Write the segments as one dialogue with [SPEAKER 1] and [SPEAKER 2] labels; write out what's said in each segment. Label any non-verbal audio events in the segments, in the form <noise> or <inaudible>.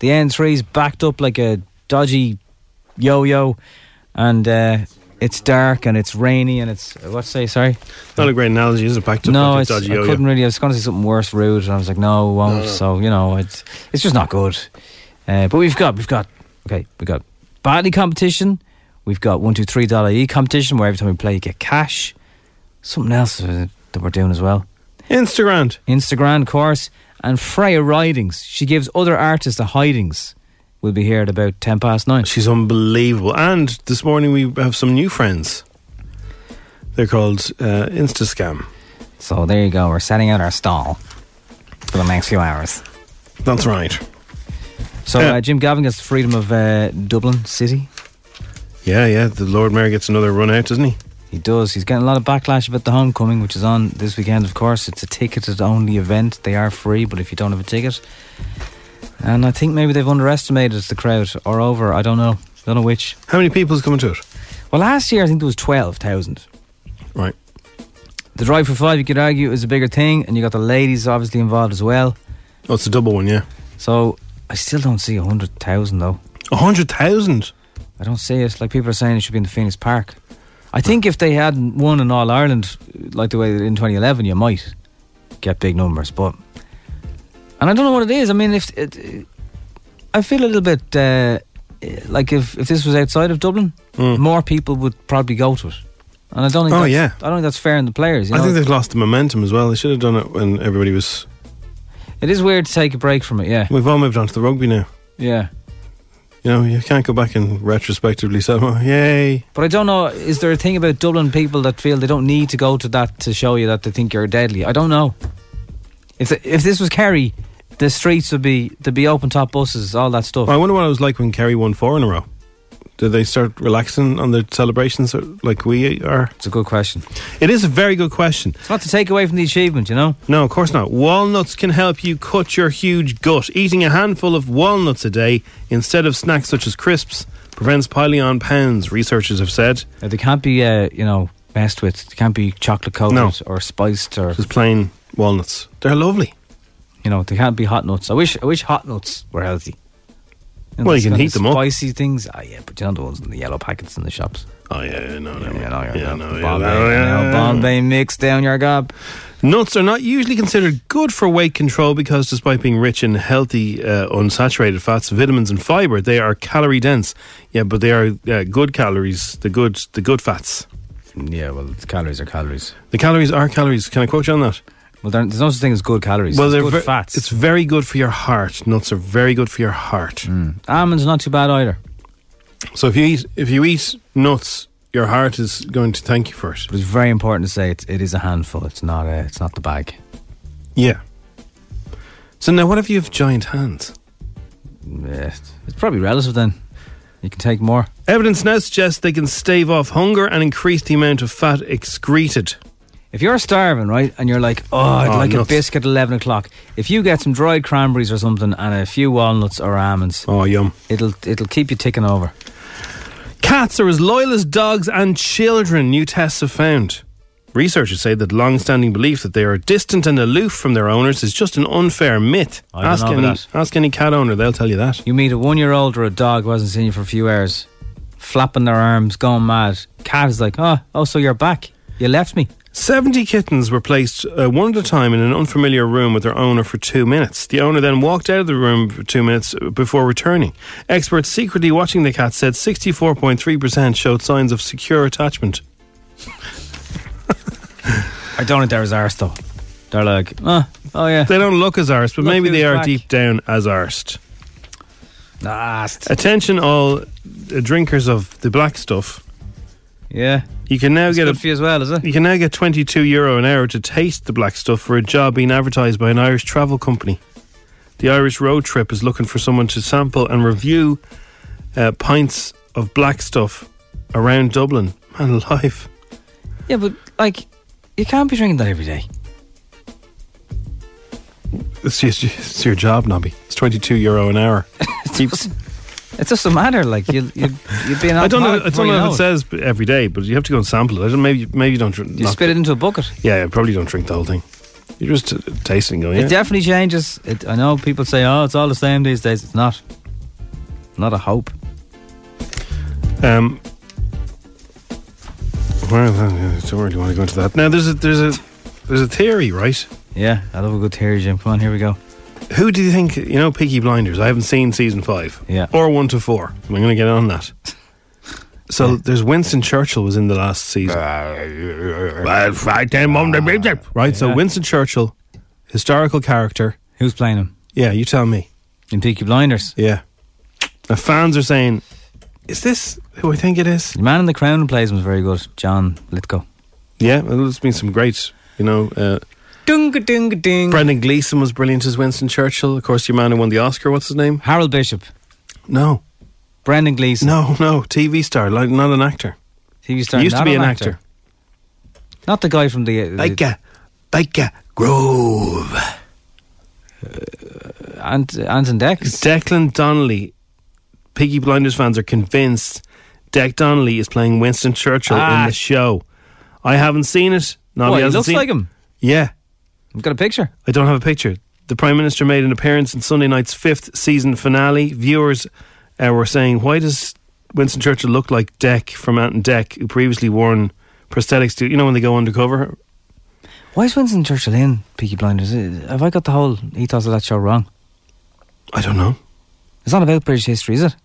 [SPEAKER 1] The N3's backed up like a dodgy yo-yo, and uh, it's dark and it's rainy and it's uh, what say? Sorry,
[SPEAKER 2] Not a great analogy, is it? Back to
[SPEAKER 1] no,
[SPEAKER 2] back
[SPEAKER 1] it's,
[SPEAKER 2] to
[SPEAKER 1] I
[SPEAKER 2] dodgy yo
[SPEAKER 1] couldn't really. I was going to say something worse, rude, and I was like, no, I won't. So you know, it's it's just not good. Uh, but we've got we've got okay, we've got badly competition. We've got one two three dollar e competition where every time we play, you get cash. Something else uh, that we're doing as well.
[SPEAKER 2] Instagram.
[SPEAKER 1] Instagram, of course, and Freya Ridings. She gives other artists a hidings. We'll be here at about ten past nine.
[SPEAKER 2] She's unbelievable. And this morning we have some new friends. They're called uh, Instascam.
[SPEAKER 1] So there you go. We're setting out our stall for the next few hours.
[SPEAKER 2] That's right.
[SPEAKER 1] So
[SPEAKER 2] Yeah.
[SPEAKER 1] uh, Jim Gavin gets the freedom of uh, Dublin City.
[SPEAKER 2] Yeah, yeah. The Lord Mayor gets another run out, doesn't he?
[SPEAKER 1] He does. He's getting a lot of backlash about the homecoming, which is on this weekend. Of course, it's a ticketed only event. They are free, but if you don't have a ticket, and I think maybe they've underestimated the crowd or over. I don't know. Don't know which.
[SPEAKER 2] How many people's coming to it?
[SPEAKER 1] Well, last year I think there was twelve thousand.
[SPEAKER 2] Right.
[SPEAKER 1] The drive for five, you could argue, is a bigger thing, and you got the ladies obviously involved as well.
[SPEAKER 2] Oh, it's a double one, yeah.
[SPEAKER 1] So I still don't see hundred thousand though.
[SPEAKER 2] A hundred thousand.
[SPEAKER 1] I don't see it. Like people are saying, it should be in the Phoenix Park. I think if they had won in All Ireland, like the way in 2011, you might get big numbers. But and I don't know what it is. I mean, if it, I feel a little bit uh, like if, if this was outside of Dublin, more people would probably go to it. And I don't think.
[SPEAKER 2] Mm. Oh,
[SPEAKER 1] that's,
[SPEAKER 2] yeah.
[SPEAKER 1] I don't think that's fair on the players. You
[SPEAKER 2] I
[SPEAKER 1] know?
[SPEAKER 2] think they've lost the momentum as well. They should have done it when everybody was.
[SPEAKER 1] it is weird to take a break from it. Yeah,
[SPEAKER 2] We've all moved on to the rugby now.
[SPEAKER 1] yeah.
[SPEAKER 2] You know, you can't go back and retrospectively say, "Oh, yay!"
[SPEAKER 1] But I don't know. Is there a thing about Dublin people that feel they don't need to go to that to show you that they think you're deadly? I don't know. If the, if this was Kerry, the streets would be there'd be open top buses, all that stuff.
[SPEAKER 2] I wonder what it was like when Kerry won four in a row. Did they start relaxing on their celebrations like we are?
[SPEAKER 1] It's a good question.
[SPEAKER 2] It is a very good question.
[SPEAKER 1] It's not to take away from the achievement, you know.
[SPEAKER 2] No, of course not. Walnuts can help you cut your huge gut. Eating a handful of walnuts a day instead of snacks such as crisps prevents piling on pounds, researchers have said.
[SPEAKER 1] Uh, They can't be uh, you know messed with. They can't be chocolate coated
[SPEAKER 2] No.
[SPEAKER 1] or spiced or
[SPEAKER 2] Just plain walnuts. They're lovely.
[SPEAKER 1] you know they can't be hot nuts. I wish I wish hot nuts were healthy. You
[SPEAKER 2] Well, you
[SPEAKER 1] those
[SPEAKER 2] can
[SPEAKER 1] kind of
[SPEAKER 2] heat them up.
[SPEAKER 1] Spicy things, ah, yeah, but you know the ones in the yellow packets in the shops.
[SPEAKER 2] Oh, yeah, yeah, no, no.
[SPEAKER 1] Yeah, no,
[SPEAKER 2] yeah,
[SPEAKER 1] yeah,
[SPEAKER 2] no,
[SPEAKER 1] Bombay,
[SPEAKER 2] yeah, no, yeah.
[SPEAKER 1] no, Bombay mix down your gob.
[SPEAKER 2] Nuts are not usually considered good for weight control because, despite being rich in healthy uh, unsaturated fats, vitamins, and fiber, they are calorie dense. Yeah, but they are uh, good calories, the good, the good fats.
[SPEAKER 1] Yeah, well, it's calories are calories.
[SPEAKER 2] The calories are calories. Can I quote you on that?
[SPEAKER 1] Well, there- there's no such thing as good calories. Well,
[SPEAKER 2] well, they're
[SPEAKER 1] there's good
[SPEAKER 2] ver-
[SPEAKER 1] fats.
[SPEAKER 2] It's very good for your heart. Nuts are very good for your heart.
[SPEAKER 1] Mm. Almonds not too bad either,
[SPEAKER 2] So if you eat, if you eat nuts, your heart is going to thank you for it.
[SPEAKER 1] but it's very important to say it, it is a handful. It's not a, it's not the bag.
[SPEAKER 2] Yeah. So now, what if you have giant hands?
[SPEAKER 1] Yeah, It's probably relative then. You can take more.
[SPEAKER 2] Evidence now suggests they can stave off hunger and increase the amount of fat excreted.
[SPEAKER 1] If you're starving, right, and you're like, oh, I'd
[SPEAKER 2] Oh,
[SPEAKER 1] like a
[SPEAKER 2] nuts.
[SPEAKER 1] biscuit at 11 o'clock, if you get some dried cranberries or something and a few walnuts or almonds,
[SPEAKER 2] Oh, yum.
[SPEAKER 1] it'll it'll keep you ticking over.
[SPEAKER 2] Cats are as loyal as dogs and children, new tests have found. Researchers say that long standing belief that they are distant and aloof from their owners is just an unfair myth.
[SPEAKER 1] I don't
[SPEAKER 2] ask,
[SPEAKER 1] know
[SPEAKER 2] any,
[SPEAKER 1] about that.
[SPEAKER 2] ask any cat owner, they'll tell you that.
[SPEAKER 1] You meet a one year old or a dog who hasn't seen you for a few hours, flapping their arms, going mad. Cat is like, oh, oh, so you're back. You left me.
[SPEAKER 2] 70 kittens were placed uh, one at a time in an unfamiliar room with their owner for two minutes. The owner then walked out of the room for two minutes uh, before returning. Experts secretly watching the cat said 64.3% showed signs of secure attachment.
[SPEAKER 1] I don't think they're as arse though. They're like, oh, oh yeah.
[SPEAKER 2] They don't look as arsed, but
[SPEAKER 1] Look
[SPEAKER 2] maybe
[SPEAKER 1] who's
[SPEAKER 2] they are
[SPEAKER 1] back.
[SPEAKER 2] deep down as arsed.
[SPEAKER 1] Last.
[SPEAKER 2] Attention, all uh, drinkers of the black stuff.
[SPEAKER 1] Yeah.
[SPEAKER 2] You can now
[SPEAKER 1] It's
[SPEAKER 2] get
[SPEAKER 1] good
[SPEAKER 2] a
[SPEAKER 1] for you as well, is it?
[SPEAKER 2] You can now get 22 euro an hour to taste the black stuff for a job being advertised by an Irish travel company. The Irish Road Trip is looking for someone to sample and review uh, pints of black stuff around Dublin. Man alive.
[SPEAKER 1] Yeah, but like, you can't be drinking that every day.
[SPEAKER 2] It's, just, it's your job, Nobby. It's 22 euro
[SPEAKER 1] <laughs>
[SPEAKER 2] an hour. You-
[SPEAKER 1] It doesn't matter. Like you, you, you'd be an
[SPEAKER 2] I don't know,
[SPEAKER 1] alcoholic
[SPEAKER 2] I
[SPEAKER 1] before
[SPEAKER 2] don't
[SPEAKER 1] you
[SPEAKER 2] know if
[SPEAKER 1] know
[SPEAKER 2] it says b- every day, but you have to go and sample it. I don't, maybe, maybe you don't drink.
[SPEAKER 1] You
[SPEAKER 2] not-
[SPEAKER 1] spit it into a bucket.
[SPEAKER 2] Yeah, you probably don't drink the whole thing. You're just uh, tasting, going, yeah.
[SPEAKER 1] It definitely changes. It, I know people say, "Oh, it's all the same these days." It's not. Not a hope.
[SPEAKER 2] Um, well, uh, I don't really want to go into that. Now, there's a there's a there's a theory, right?
[SPEAKER 1] Yeah, I love a good theory, Jim. Come on, here we go.
[SPEAKER 2] Who do you think? You know, Peaky Blinders. I haven't seen season five,
[SPEAKER 1] Yeah.
[SPEAKER 2] or one to four. I'm going to get
[SPEAKER 1] <laughs>
[SPEAKER 2] on that. So there's Winston Churchill was in the last season. well, fight them on the music. Right. So
[SPEAKER 1] Uh, Yeah.
[SPEAKER 2] Winston Churchill, historical character.
[SPEAKER 1] Who's playing him
[SPEAKER 2] Yeah, you tell me.
[SPEAKER 1] in Peaky Blinders?
[SPEAKER 2] Yeah. Now fans are saying, is this who I think it is?
[SPEAKER 1] The man in the crown who plays him is very good. John Lithgow.
[SPEAKER 2] Yeah. Well, there's been some great, you know. Uh,
[SPEAKER 1] Dunga dunga ding.
[SPEAKER 2] Brendan Gleeson was brilliant as Winston Churchill. Of course, your man who won the Oscar. What's his name?
[SPEAKER 1] Harold Bishop.
[SPEAKER 2] No,
[SPEAKER 1] Brendan Gleeson.
[SPEAKER 2] no, no. TV star, like not an actor.
[SPEAKER 1] TV star.
[SPEAKER 2] he used to
[SPEAKER 1] not
[SPEAKER 2] be an
[SPEAKER 1] an
[SPEAKER 2] actor.
[SPEAKER 1] Not the guy from the. Uh, the-
[SPEAKER 2] Biker, Biker Grove.
[SPEAKER 1] Ant, Anton Dex.
[SPEAKER 2] Declan Donnelly. Piggy Blinders fans are convinced Deck Donnelly is playing Winston Churchill
[SPEAKER 1] Ah.
[SPEAKER 2] in the show. I haven't seen it. No,
[SPEAKER 1] Well, he
[SPEAKER 2] hasn't
[SPEAKER 1] looks
[SPEAKER 2] seen
[SPEAKER 1] like him.
[SPEAKER 2] Yeah,
[SPEAKER 1] I've got a picture.
[SPEAKER 2] I don't have a picture. The Prime Minister made an appearance in Sunday night's fifth season finale. Viewers uh, were saying, why does Winston Churchill look like Deck from Ant and Deck, who previously worn prosthetics to, you know, when they go undercover?
[SPEAKER 1] Why is Winston Churchill in Peaky Blinders? Uh, Have I got the whole ethos of that show wrong?
[SPEAKER 2] I don't know.
[SPEAKER 1] It's not about British history, is it?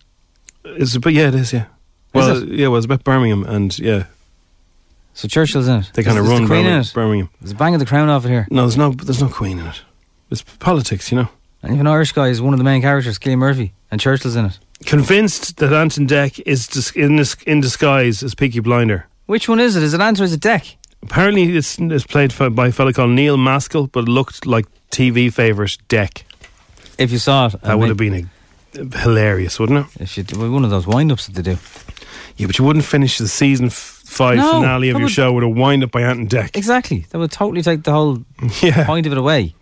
[SPEAKER 2] It's, but yeah, it is, yeah. Well,
[SPEAKER 1] it?
[SPEAKER 2] yeah, well, it's about Birmingham, and yeah,
[SPEAKER 1] So Churchill's in it.
[SPEAKER 2] they kind of
[SPEAKER 1] Is- is
[SPEAKER 2] run
[SPEAKER 1] the Queen in
[SPEAKER 2] Birmingham.
[SPEAKER 1] it.
[SPEAKER 2] Birmingham.
[SPEAKER 1] There's a bang of the crown off it here.
[SPEAKER 2] No, there's no, there's no Queen in it. It's politics, you know.
[SPEAKER 1] And even an Irish guy is one of the main characters, Killian Murphy, and Churchill's in it.
[SPEAKER 2] Convinced that Anton Deck is dis- in, dis- in disguise as Peaky Blinder.
[SPEAKER 1] Which one is it? Is it Ant or is it Deck?
[SPEAKER 2] Apparently, it's, it's played f- by a fella called Neil Maskell, but it looked like TV favourite Deck.
[SPEAKER 1] If you saw it,
[SPEAKER 2] That would have been a, hilarious, wouldn't it?
[SPEAKER 1] If you well, one of those wind ups that they do.
[SPEAKER 2] Yeah, but you wouldn't finish the season f- five
[SPEAKER 1] No,
[SPEAKER 2] finale of
[SPEAKER 1] that
[SPEAKER 2] your
[SPEAKER 1] would-
[SPEAKER 2] show with a wind up by Ant and Deck.
[SPEAKER 1] Exactly. That would totally take the whole
[SPEAKER 2] <laughs> Yeah.
[SPEAKER 1] point of it away.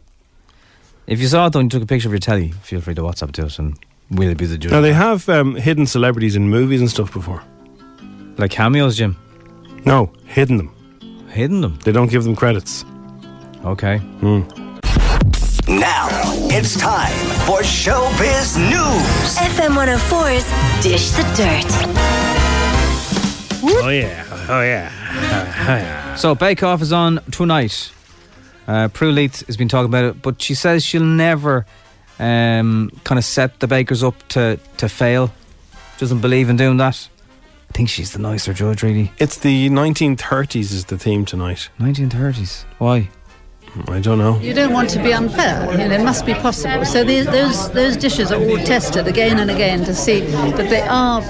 [SPEAKER 1] If you saw it though and you took a picture of your telly, feel free to WhatsApp to us and we'll be the judge.
[SPEAKER 2] Now they have um, hidden celebrities in movies and stuff before.
[SPEAKER 1] like cameos, Jim.
[SPEAKER 2] No, hidden them.
[SPEAKER 1] Hidden them.
[SPEAKER 2] They don't give them credits.
[SPEAKER 1] Okay.
[SPEAKER 2] Hmm.
[SPEAKER 3] Now it's time for Showbiz News.
[SPEAKER 4] FM 104's Dish the Dirt.
[SPEAKER 2] Oh yeah, oh yeah.
[SPEAKER 1] <laughs> So Bake Off is on tonight. Uh, Prue Leith has been talking about it, but she says she'll never um, kind of set the bakers up to, to fail. Doesn't believe in doing that. I think she's the nicer judge, really.
[SPEAKER 2] It's the 1930s is the theme tonight.
[SPEAKER 1] 1930s. Why?
[SPEAKER 2] I don't know.
[SPEAKER 5] You don't want to be unfair. You know, it must be possible. So these, those those dishes are all tested again and again to see that they are.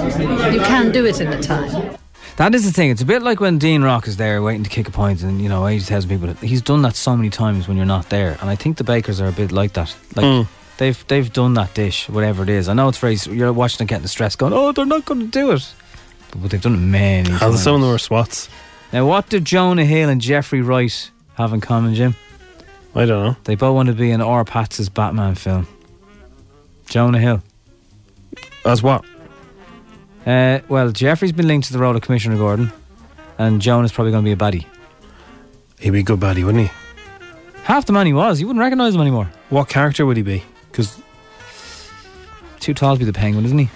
[SPEAKER 5] You can do it in the time.
[SPEAKER 1] That is the thing. It's a bit like when Dean Rock is there waiting to kick a point, and you know, eighty thousand people. He's done that so many times when you're not there, and I think the bakers are a bit like that. Like
[SPEAKER 2] Mm.
[SPEAKER 1] they've they've done that dish, whatever it is. I know it's very you're watching and getting stressed, going, "Oh, they're not going to do it," but, but they've done it many.
[SPEAKER 2] And
[SPEAKER 1] times.
[SPEAKER 2] some of them are swats.
[SPEAKER 1] Now, what do Jonah Hill and Jeffrey Wright have in common, Jim?
[SPEAKER 2] I don't know.
[SPEAKER 1] They both want to be in Or Patz's Batman film. Jonah Hill.
[SPEAKER 2] As what?
[SPEAKER 1] Uh, well, Jeffrey's been linked to the role of Commissioner Gordon, and Jonah's probably going to be a baddie.
[SPEAKER 2] He'd be a good baddie, wouldn't he?
[SPEAKER 1] Half the man he was, you wouldn't recognise him anymore.
[SPEAKER 2] What character would he be? Because
[SPEAKER 1] Too tall to be the penguin, isn't he?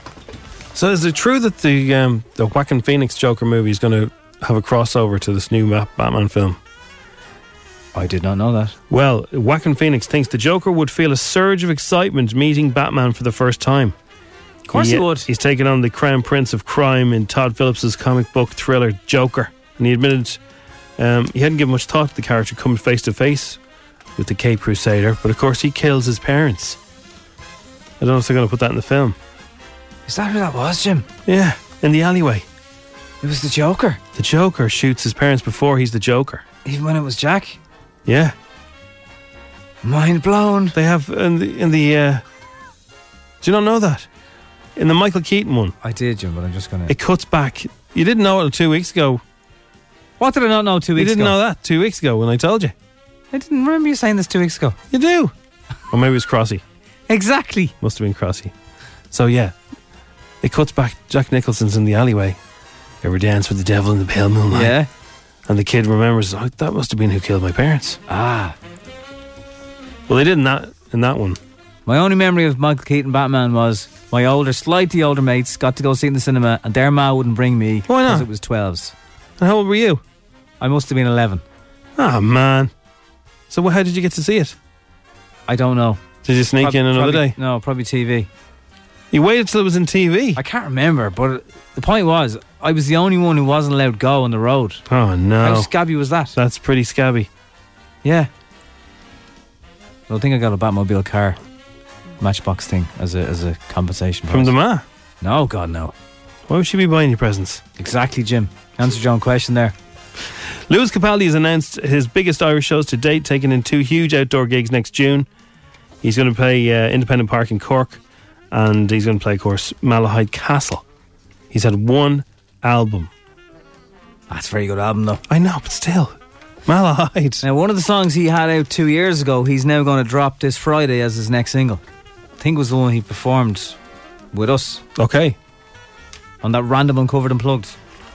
[SPEAKER 2] so is it true that the um, the Whack and Phoenix Joker movie is going to have a crossover to this new Ma- Batman film?
[SPEAKER 1] I did not know that.
[SPEAKER 2] Well, Wacken Phoenix thinks the Joker would feel a surge of excitement meeting Batman for the first time. uh,
[SPEAKER 1] Of course he would.
[SPEAKER 2] He's taken on the Crown Prince of Crime in Todd Phillips' comic book thriller Joker, and he admitted um, he hadn't given much thought to the character coming face to face with the Cape Crusader, but of course he kills his parents. I don't know if they're going to put that in the film.
[SPEAKER 1] Is that who that was, Jim?
[SPEAKER 2] Yeah, in the alleyway,
[SPEAKER 1] It was the Joker.
[SPEAKER 2] the Joker shoots his parents before he's the Joker.
[SPEAKER 1] Even when it was Jack.
[SPEAKER 2] Yeah,
[SPEAKER 1] Mind blown.
[SPEAKER 2] they have in the in the. Uh, do you not know that? In the Michael Keaton one,
[SPEAKER 1] I did, Jim, but I'm just gonna.
[SPEAKER 2] it cuts back. You didn't know it two weeks ago.
[SPEAKER 1] what did I not know two
[SPEAKER 2] You
[SPEAKER 1] weeks
[SPEAKER 2] didn't
[SPEAKER 1] ago?
[SPEAKER 2] know that two weeks ago when I told you.
[SPEAKER 1] I didn't remember you saying this two weeks ago.
[SPEAKER 2] You do. or maybe it was Crossy.
[SPEAKER 1] Exactly.
[SPEAKER 2] Must have been Crossy. So yeah, it cuts back. Jack Nicholson's in the alleyway. Ever dance with the devil in the pale moonlight?
[SPEAKER 1] Yeah.
[SPEAKER 2] And the kid remembers, oh, that must have been who killed my parents.
[SPEAKER 1] Ah.
[SPEAKER 2] Well, they did in that in that one.
[SPEAKER 1] My only memory of Michael Keaton Batman was my older, slightly older mates got to go see it in the cinema, and their ma wouldn't bring me
[SPEAKER 2] Why not?
[SPEAKER 1] because it was twelves.
[SPEAKER 2] And how old were you?
[SPEAKER 1] I must have been eleven.
[SPEAKER 2] Ah man. So wh- how did you get to see it?
[SPEAKER 1] I don't know.
[SPEAKER 2] Did you sneak
[SPEAKER 1] Prob-
[SPEAKER 2] in another
[SPEAKER 1] probably-
[SPEAKER 2] day?
[SPEAKER 1] No, probably TV.
[SPEAKER 2] You waited till it was in TV.
[SPEAKER 1] I can't remember, but the point was, I was the only one who wasn't allowed to go on the road.
[SPEAKER 2] oh
[SPEAKER 1] How
[SPEAKER 2] no,
[SPEAKER 1] scabby was that?
[SPEAKER 2] that's pretty scabby.
[SPEAKER 1] Yeah. I don't think I got a Batmobile car matchbox thing as a as a compensation.
[SPEAKER 2] From
[SPEAKER 1] prize.
[SPEAKER 2] the ma.
[SPEAKER 1] no, God, no.
[SPEAKER 2] Why would she be buying you presents?
[SPEAKER 1] Exactly, Jim. Answered your own question there.
[SPEAKER 2] Lewis Capaldi has announced his biggest Irish shows to date, taking in two huge outdoor gigs next June. He's going to play uh, Independent Park in Cork, and he's going to play, of course, Malahide Castle. He's had one album.
[SPEAKER 1] That's a very good album, though.
[SPEAKER 2] I know, but still, Malahide.
[SPEAKER 1] Now, one of the songs he had out two years ago, he's now going to drop this Friday as his next single. I think was the one he performed with us
[SPEAKER 2] Okay,
[SPEAKER 1] on that random uncovered and plugged.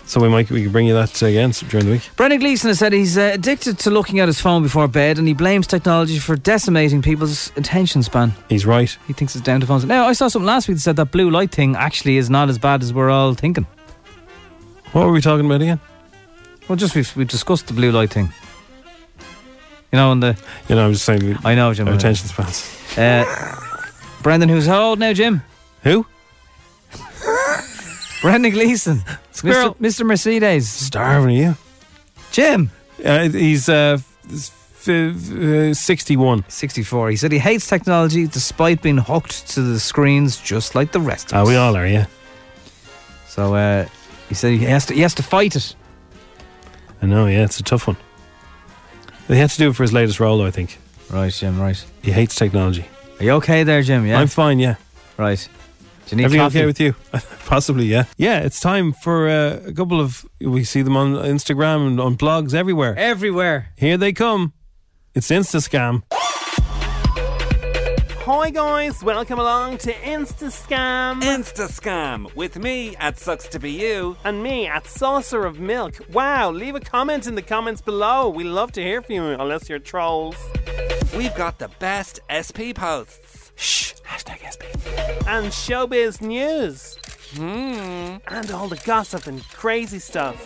[SPEAKER 2] so we might we can bring you that uh, again during the week.
[SPEAKER 1] Brendan Gleeson has said he's uh, addicted to looking at his phone before bed and he blames technology for decimating people's attention span.
[SPEAKER 2] He's right.
[SPEAKER 1] He thinks it's down to phones. Now, I saw something last week that said that blue light thing actually is not as bad as we're all thinking.
[SPEAKER 2] What were we talking about again?
[SPEAKER 1] Well, just we've, we've discussed the blue light thing. You know, and the.
[SPEAKER 2] You know, I'm just saying
[SPEAKER 1] I know, Jim.
[SPEAKER 2] our attention spans.
[SPEAKER 1] Uh, Brendan, who's how old now, Jim?
[SPEAKER 2] Who?
[SPEAKER 1] <laughs> Brendan Gleeson.
[SPEAKER 2] Squirrel.
[SPEAKER 1] Mr. Mr. Mercedes.
[SPEAKER 2] Starving are you?
[SPEAKER 1] Jim.
[SPEAKER 2] Uh, he's uh, f- f- uh, sixty-one.
[SPEAKER 1] 64. He said he hates technology despite being hooked to the screens just like the rest of
[SPEAKER 2] Ah,
[SPEAKER 1] us.
[SPEAKER 2] we all are, yeah.
[SPEAKER 1] So uh, he said he has, to, he has to fight it.
[SPEAKER 2] I know, yeah, it's a tough one. He had to do it for his latest role, though, I think.
[SPEAKER 1] Right, Jim, right.
[SPEAKER 2] He hates technology.
[SPEAKER 1] Are you okay there, Jim? Yeah.
[SPEAKER 2] I'm fine, yeah.
[SPEAKER 1] right. Do you need
[SPEAKER 2] Everything
[SPEAKER 1] coffee?
[SPEAKER 2] okay
[SPEAKER 1] <laughs>
[SPEAKER 2] with you? Possibly, yeah. Yeah, it's time for uh, a couple of. We see them on Instagram and on blogs everywhere.
[SPEAKER 1] Everywhere.
[SPEAKER 2] Here they come. It's Insta Scam.
[SPEAKER 6] Hi guys, welcome along to InstaScam
[SPEAKER 7] Insta scam with me at Sucks to Be You.
[SPEAKER 6] and me at Saucer of Milk. Wow, leave a comment in the comments below. We love to hear from you, unless you're trolls.
[SPEAKER 7] We've got the best SP posts. Shh, hashtag SP.
[SPEAKER 6] And showbiz news. Hmm. And all the gossip and crazy stuff.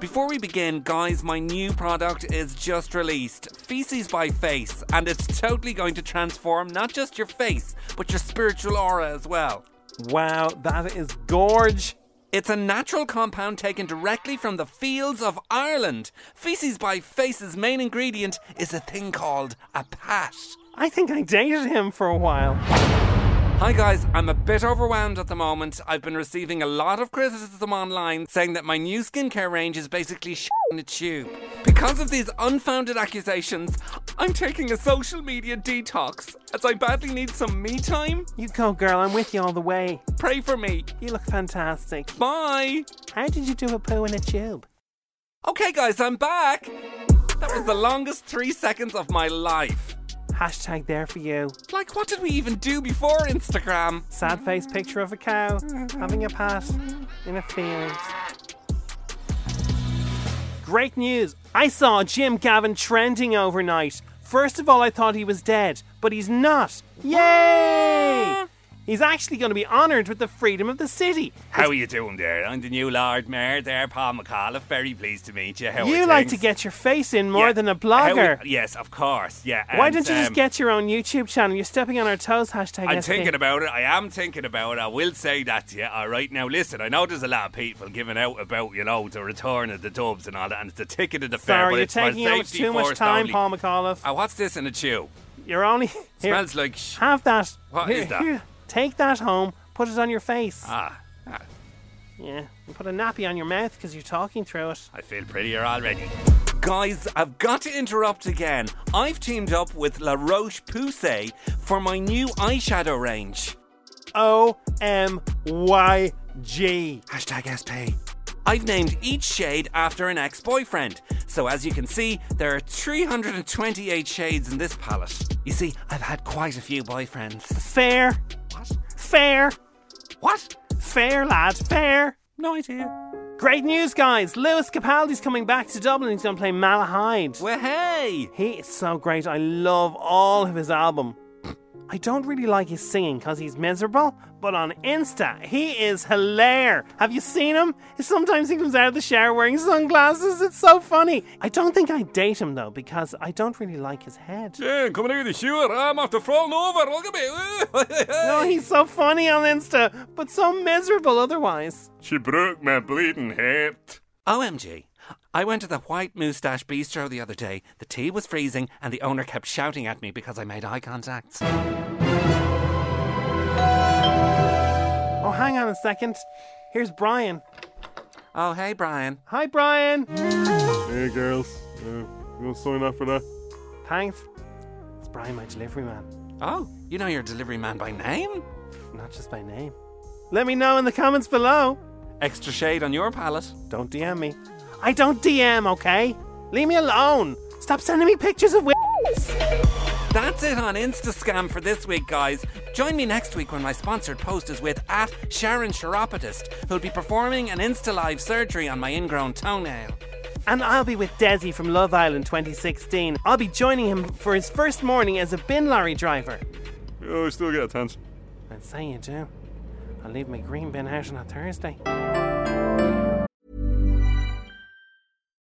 [SPEAKER 7] Before we begin, guys, my new product is just released Feces by Face, and it's totally going to transform not just your face, but your spiritual aura as well.
[SPEAKER 6] Wow, that is gorge.
[SPEAKER 7] It's a natural compound taken directly from the fields of Ireland. Feces by Face's main ingredient is a thing called a pat.
[SPEAKER 6] I think I dated him for a while.
[SPEAKER 7] Hi guys, I'm a bit overwhelmed at the moment. I've been receiving a lot of criticism online saying that my new skincare range is basically shit in a tube. Because of these unfounded accusations, I'm taking a social media detox as I badly need some me time.
[SPEAKER 6] You go, girl, I'm with you all the way.
[SPEAKER 7] Pray for me.
[SPEAKER 6] You look fantastic.
[SPEAKER 7] Bye.
[SPEAKER 6] How did you do a poo in a tube?
[SPEAKER 7] Okay guys, I'm back. That was the longest 3 seconds of my life.
[SPEAKER 6] Hashtag there for you.
[SPEAKER 7] Like what did we even do before Instagram?
[SPEAKER 6] Sad face picture of a cow having a pat in a field. Great news! I saw Jim Gavin trending overnight. First of all, I thought he was dead, but he's not. Yay! He's actually going to be honoured with the freedom of the city.
[SPEAKER 7] How are you doing there? I'm the new Lord Mayor there, Paul McAuliffe. Very pleased to meet you. How are
[SPEAKER 6] you like to
[SPEAKER 7] things?
[SPEAKER 6] get your face in more
[SPEAKER 7] Yeah.
[SPEAKER 6] than a
[SPEAKER 7] How we-
[SPEAKER 6] blogger.
[SPEAKER 7] yes, of course. Yeah.
[SPEAKER 6] Why
[SPEAKER 7] and,
[SPEAKER 6] don't you just
[SPEAKER 7] um,
[SPEAKER 6] get your own YouTube channel? You're stepping on our toes. Hashtag.
[SPEAKER 7] I'm
[SPEAKER 6] SB.
[SPEAKER 7] thinking about it. I am thinking about it. I will say that to you. All right. Now, listen, I know there's a lot of people giving out about, you know, the return of the dubs and all that, and it's the ticket of the fair.
[SPEAKER 6] Sorry,
[SPEAKER 7] but
[SPEAKER 6] you're
[SPEAKER 7] it's for
[SPEAKER 6] taking up
[SPEAKER 7] safety
[SPEAKER 6] too much
[SPEAKER 7] first only.
[SPEAKER 6] time, Paul McAuliffe.
[SPEAKER 7] Ah, what's this in a chew?
[SPEAKER 6] You're only. <laughs>
[SPEAKER 7] Smells like sh-
[SPEAKER 6] Have that.
[SPEAKER 7] What
[SPEAKER 6] Here-
[SPEAKER 7] is that?
[SPEAKER 6] here, take that home. Put it on your face.
[SPEAKER 7] Ah, ah,
[SPEAKER 6] Yeah. And put a nappy on your mouth because you're talking through it.
[SPEAKER 7] I feel prettier already. Guys, I've got to interrupt again. I've teamed up with La Roche Posay for my new eyeshadow range.
[SPEAKER 6] O M Y G.
[SPEAKER 7] Hashtag SP. I've named each shade after an ex boyfriend. So, as you can see, there are 328 shades in this palette. You see, I've had quite a few boyfriends.
[SPEAKER 6] Fair.
[SPEAKER 7] What?
[SPEAKER 6] Fair.
[SPEAKER 7] What?
[SPEAKER 6] Fair, lad. Fair.
[SPEAKER 7] No idea.
[SPEAKER 6] Great news, guys. Lewis Capaldi's coming back to Dublin. He's going to play Malahide.
[SPEAKER 7] Well, hey!
[SPEAKER 6] He is so great. I love all of his album. I don't really like his singing because he's miserable, but on Insta, he is hilarious. Have you seen him? Sometimes he comes out of the shower wearing sunglasses. It's so funny. I don't think I date him though because I don't really like
[SPEAKER 7] <laughs>
[SPEAKER 6] his head.
[SPEAKER 7] Yeah, coming out of the shower, I'm after falling over. Look at me.
[SPEAKER 6] No, he's so funny on Insta, but so miserable otherwise.
[SPEAKER 7] She broke my bleeding heart. OMG. I went to the White Moustache Bistro the other day. The tea was freezing, and the owner kept shouting at me because I made eye contact.
[SPEAKER 6] Oh, hang on a second. Here's Brian.
[SPEAKER 7] Oh, hey, Brian.
[SPEAKER 6] Hi, Brian.
[SPEAKER 2] Hey, girls. Uh, you want to sign up for that?
[SPEAKER 6] Thanks. It's Brian, my delivery man.
[SPEAKER 7] Oh, you know your delivery man by name?
[SPEAKER 6] Not just by name. Let me know in the comments below.
[SPEAKER 7] Extra shade on your palette.
[SPEAKER 6] Don't DM me. I don't DM, okay? Leave me alone. Stop sending me pictures of wings.
[SPEAKER 7] That's it on Instascam for this week, guys. Join me next week when my sponsored post is with at Sharon Chiropodist, who'll be performing an Insta Live surgery on my ingrown toenail.
[SPEAKER 6] And I'll be with Desi from Love Island 2016. I'll be joining him for his first morning as a bin lorry driver.
[SPEAKER 2] Oh, I still get attention.
[SPEAKER 6] I'd say you do. I'll leave my green bin out on a Thursday.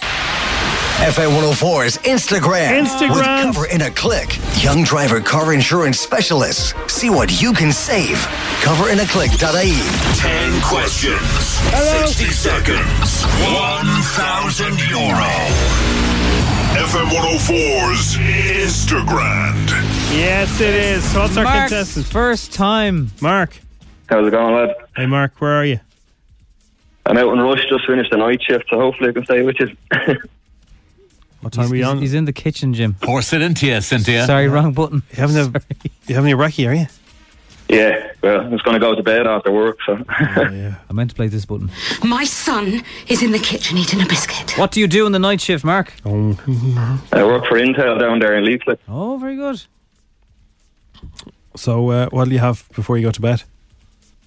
[SPEAKER 3] FM 104's Instagram.
[SPEAKER 6] Instagram.
[SPEAKER 3] With Cover in a Click. Young driver car insurance specialists. See what you can save. Coverinaclick.ie.
[SPEAKER 8] 10 questions, 60 seconds, 1,000 euro. FM 104's Instagram.
[SPEAKER 2] Yes, it is. So what's our
[SPEAKER 1] Mark's
[SPEAKER 2] contestant?
[SPEAKER 1] first time.
[SPEAKER 2] Mark.
[SPEAKER 9] How's it going, lad?
[SPEAKER 2] Hey, Mark, where
[SPEAKER 1] <laughs>
[SPEAKER 2] are you?
[SPEAKER 9] I'm out in rush, just finished the night shift, so hopefully I can stay with you. <laughs>
[SPEAKER 2] What time
[SPEAKER 1] He's,
[SPEAKER 2] are we
[SPEAKER 1] he's-
[SPEAKER 2] on?
[SPEAKER 1] he's in the kitchen, Jim.
[SPEAKER 8] Horse it into you, Cynthia.
[SPEAKER 1] Sorry, wrong button.
[SPEAKER 2] You haven't a-
[SPEAKER 1] Sorry.
[SPEAKER 2] you have any Iraqi, are you?
[SPEAKER 10] Yeah, well, I was going to go to bed after work,
[SPEAKER 9] <laughs>
[SPEAKER 10] so.
[SPEAKER 1] I meant to play this button.
[SPEAKER 11] My son is in the kitchen eating a biscuit.
[SPEAKER 1] What do you do in the night shift, Mark?
[SPEAKER 10] <laughs>
[SPEAKER 2] Um. <laughs>
[SPEAKER 10] I work for Intel down there in Leaflet.
[SPEAKER 1] Oh, very good.
[SPEAKER 2] So, uh, what do you have before you go to bed?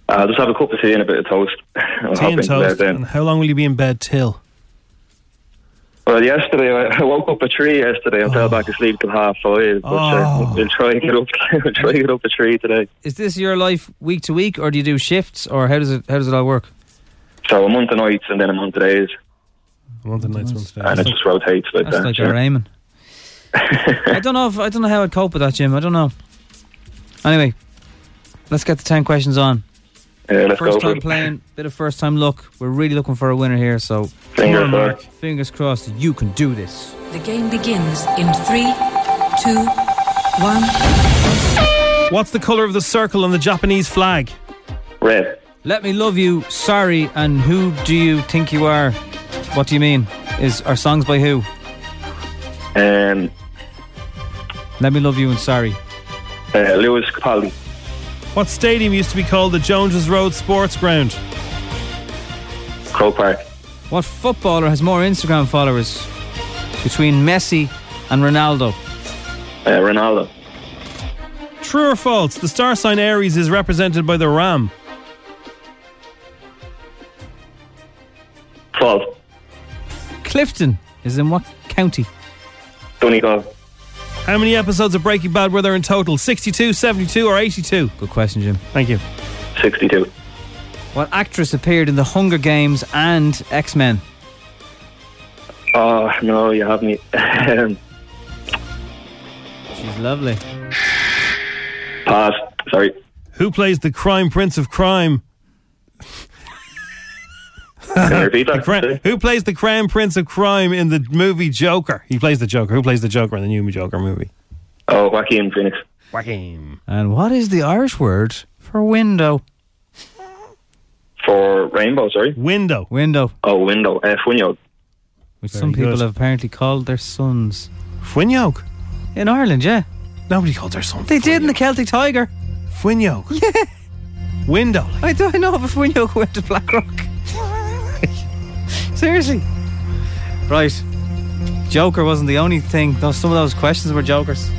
[SPEAKER 10] I'll just have a cup of tea and a bit of toast. <laughs> I'm
[SPEAKER 2] Tea
[SPEAKER 10] hoping
[SPEAKER 2] and
[SPEAKER 10] to bed
[SPEAKER 2] toast.
[SPEAKER 10] then.
[SPEAKER 2] And how long will you be in bed till?
[SPEAKER 10] Well, yesterday I I woke up at three yesterday and fell back
[SPEAKER 9] Oh.
[SPEAKER 10] asleep till half five. But uh, we'll try and get up. <laughs> we'll try and get up at three today.
[SPEAKER 1] Is this your life week to week, or do you do shifts, or how does it how does it all work?
[SPEAKER 10] So a month of nights and then a month of days,
[SPEAKER 2] One to nights, one to
[SPEAKER 10] and it just rotates like
[SPEAKER 1] That's
[SPEAKER 10] that.
[SPEAKER 1] like
[SPEAKER 10] yeah.
[SPEAKER 1] our aiming. I don't know. If, I don't know how I'd cope with that, Jim. I don't know. Anyway, let's get the ten questions on.
[SPEAKER 10] Yeah, let's
[SPEAKER 1] first
[SPEAKER 10] go for
[SPEAKER 1] time
[SPEAKER 10] it.
[SPEAKER 1] playing, bit of first time luck. We're really looking for a winner here, so
[SPEAKER 10] Fingers
[SPEAKER 1] Come on, Mark.
[SPEAKER 10] crossed.
[SPEAKER 1] Fingers crossed. that You can do this.
[SPEAKER 11] The game begins in three, two, one.
[SPEAKER 2] What's the colour of the circle on the Japanese flag?
[SPEAKER 10] Red.
[SPEAKER 1] Let me love you. Sorry, and who do you think you are? What do you mean? Is our songs by who?
[SPEAKER 10] Um,
[SPEAKER 1] Let me love you and sorry.
[SPEAKER 10] uh, Lewis Capaldi,
[SPEAKER 2] What stadium used to be called the Joneses Road Sports Ground?
[SPEAKER 10] Crow Park,
[SPEAKER 1] What footballer has more Instagram followers between Messi and Ronaldo?
[SPEAKER 10] uh, Ronaldo,
[SPEAKER 2] True or false? The star sign Aries is represented by the ram.
[SPEAKER 10] False,
[SPEAKER 1] Clifton is in what county?
[SPEAKER 10] Donegal.
[SPEAKER 2] How many episodes of Breaking Bad were there in total? 62, 72, or 82?
[SPEAKER 1] Good question, Jim.
[SPEAKER 2] Thank you.
[SPEAKER 10] 62.
[SPEAKER 1] What actress appeared in The Hunger Games and X Men?
[SPEAKER 10] Oh no, you have me. <laughs> Um,
[SPEAKER 1] She's lovely.
[SPEAKER 10] Pass. Sorry.
[SPEAKER 2] Who plays the crime prince of crime?
[SPEAKER 10] Can you
[SPEAKER 2] <laughs>
[SPEAKER 10] repeat that?
[SPEAKER 2] Cra- Who plays the crown prince of crime in the movie Joker? He plays the Joker. Who plays the Joker in the new Joker movie?
[SPEAKER 10] Oh, Joaquin Phoenix.
[SPEAKER 2] Joaquin.
[SPEAKER 1] And what is the Irish word for window?
[SPEAKER 10] For Rainbow, sorry.
[SPEAKER 2] Window.
[SPEAKER 1] Window,
[SPEAKER 10] Oh, window. Uh, Funyod.
[SPEAKER 1] which some people have apparently called their sons.
[SPEAKER 2] Fwinyog?
[SPEAKER 1] In Ireland, yeah.
[SPEAKER 2] Nobody called their son.
[SPEAKER 1] They did in the Celtic Tiger.
[SPEAKER 2] Fwinyog.
[SPEAKER 1] <laughs> Yeah.
[SPEAKER 2] Window.
[SPEAKER 1] I don't know if Fwinyog went to Blackrock. Seriously. Right. Joker wasn't the only thing. Though some of those questions were jokers.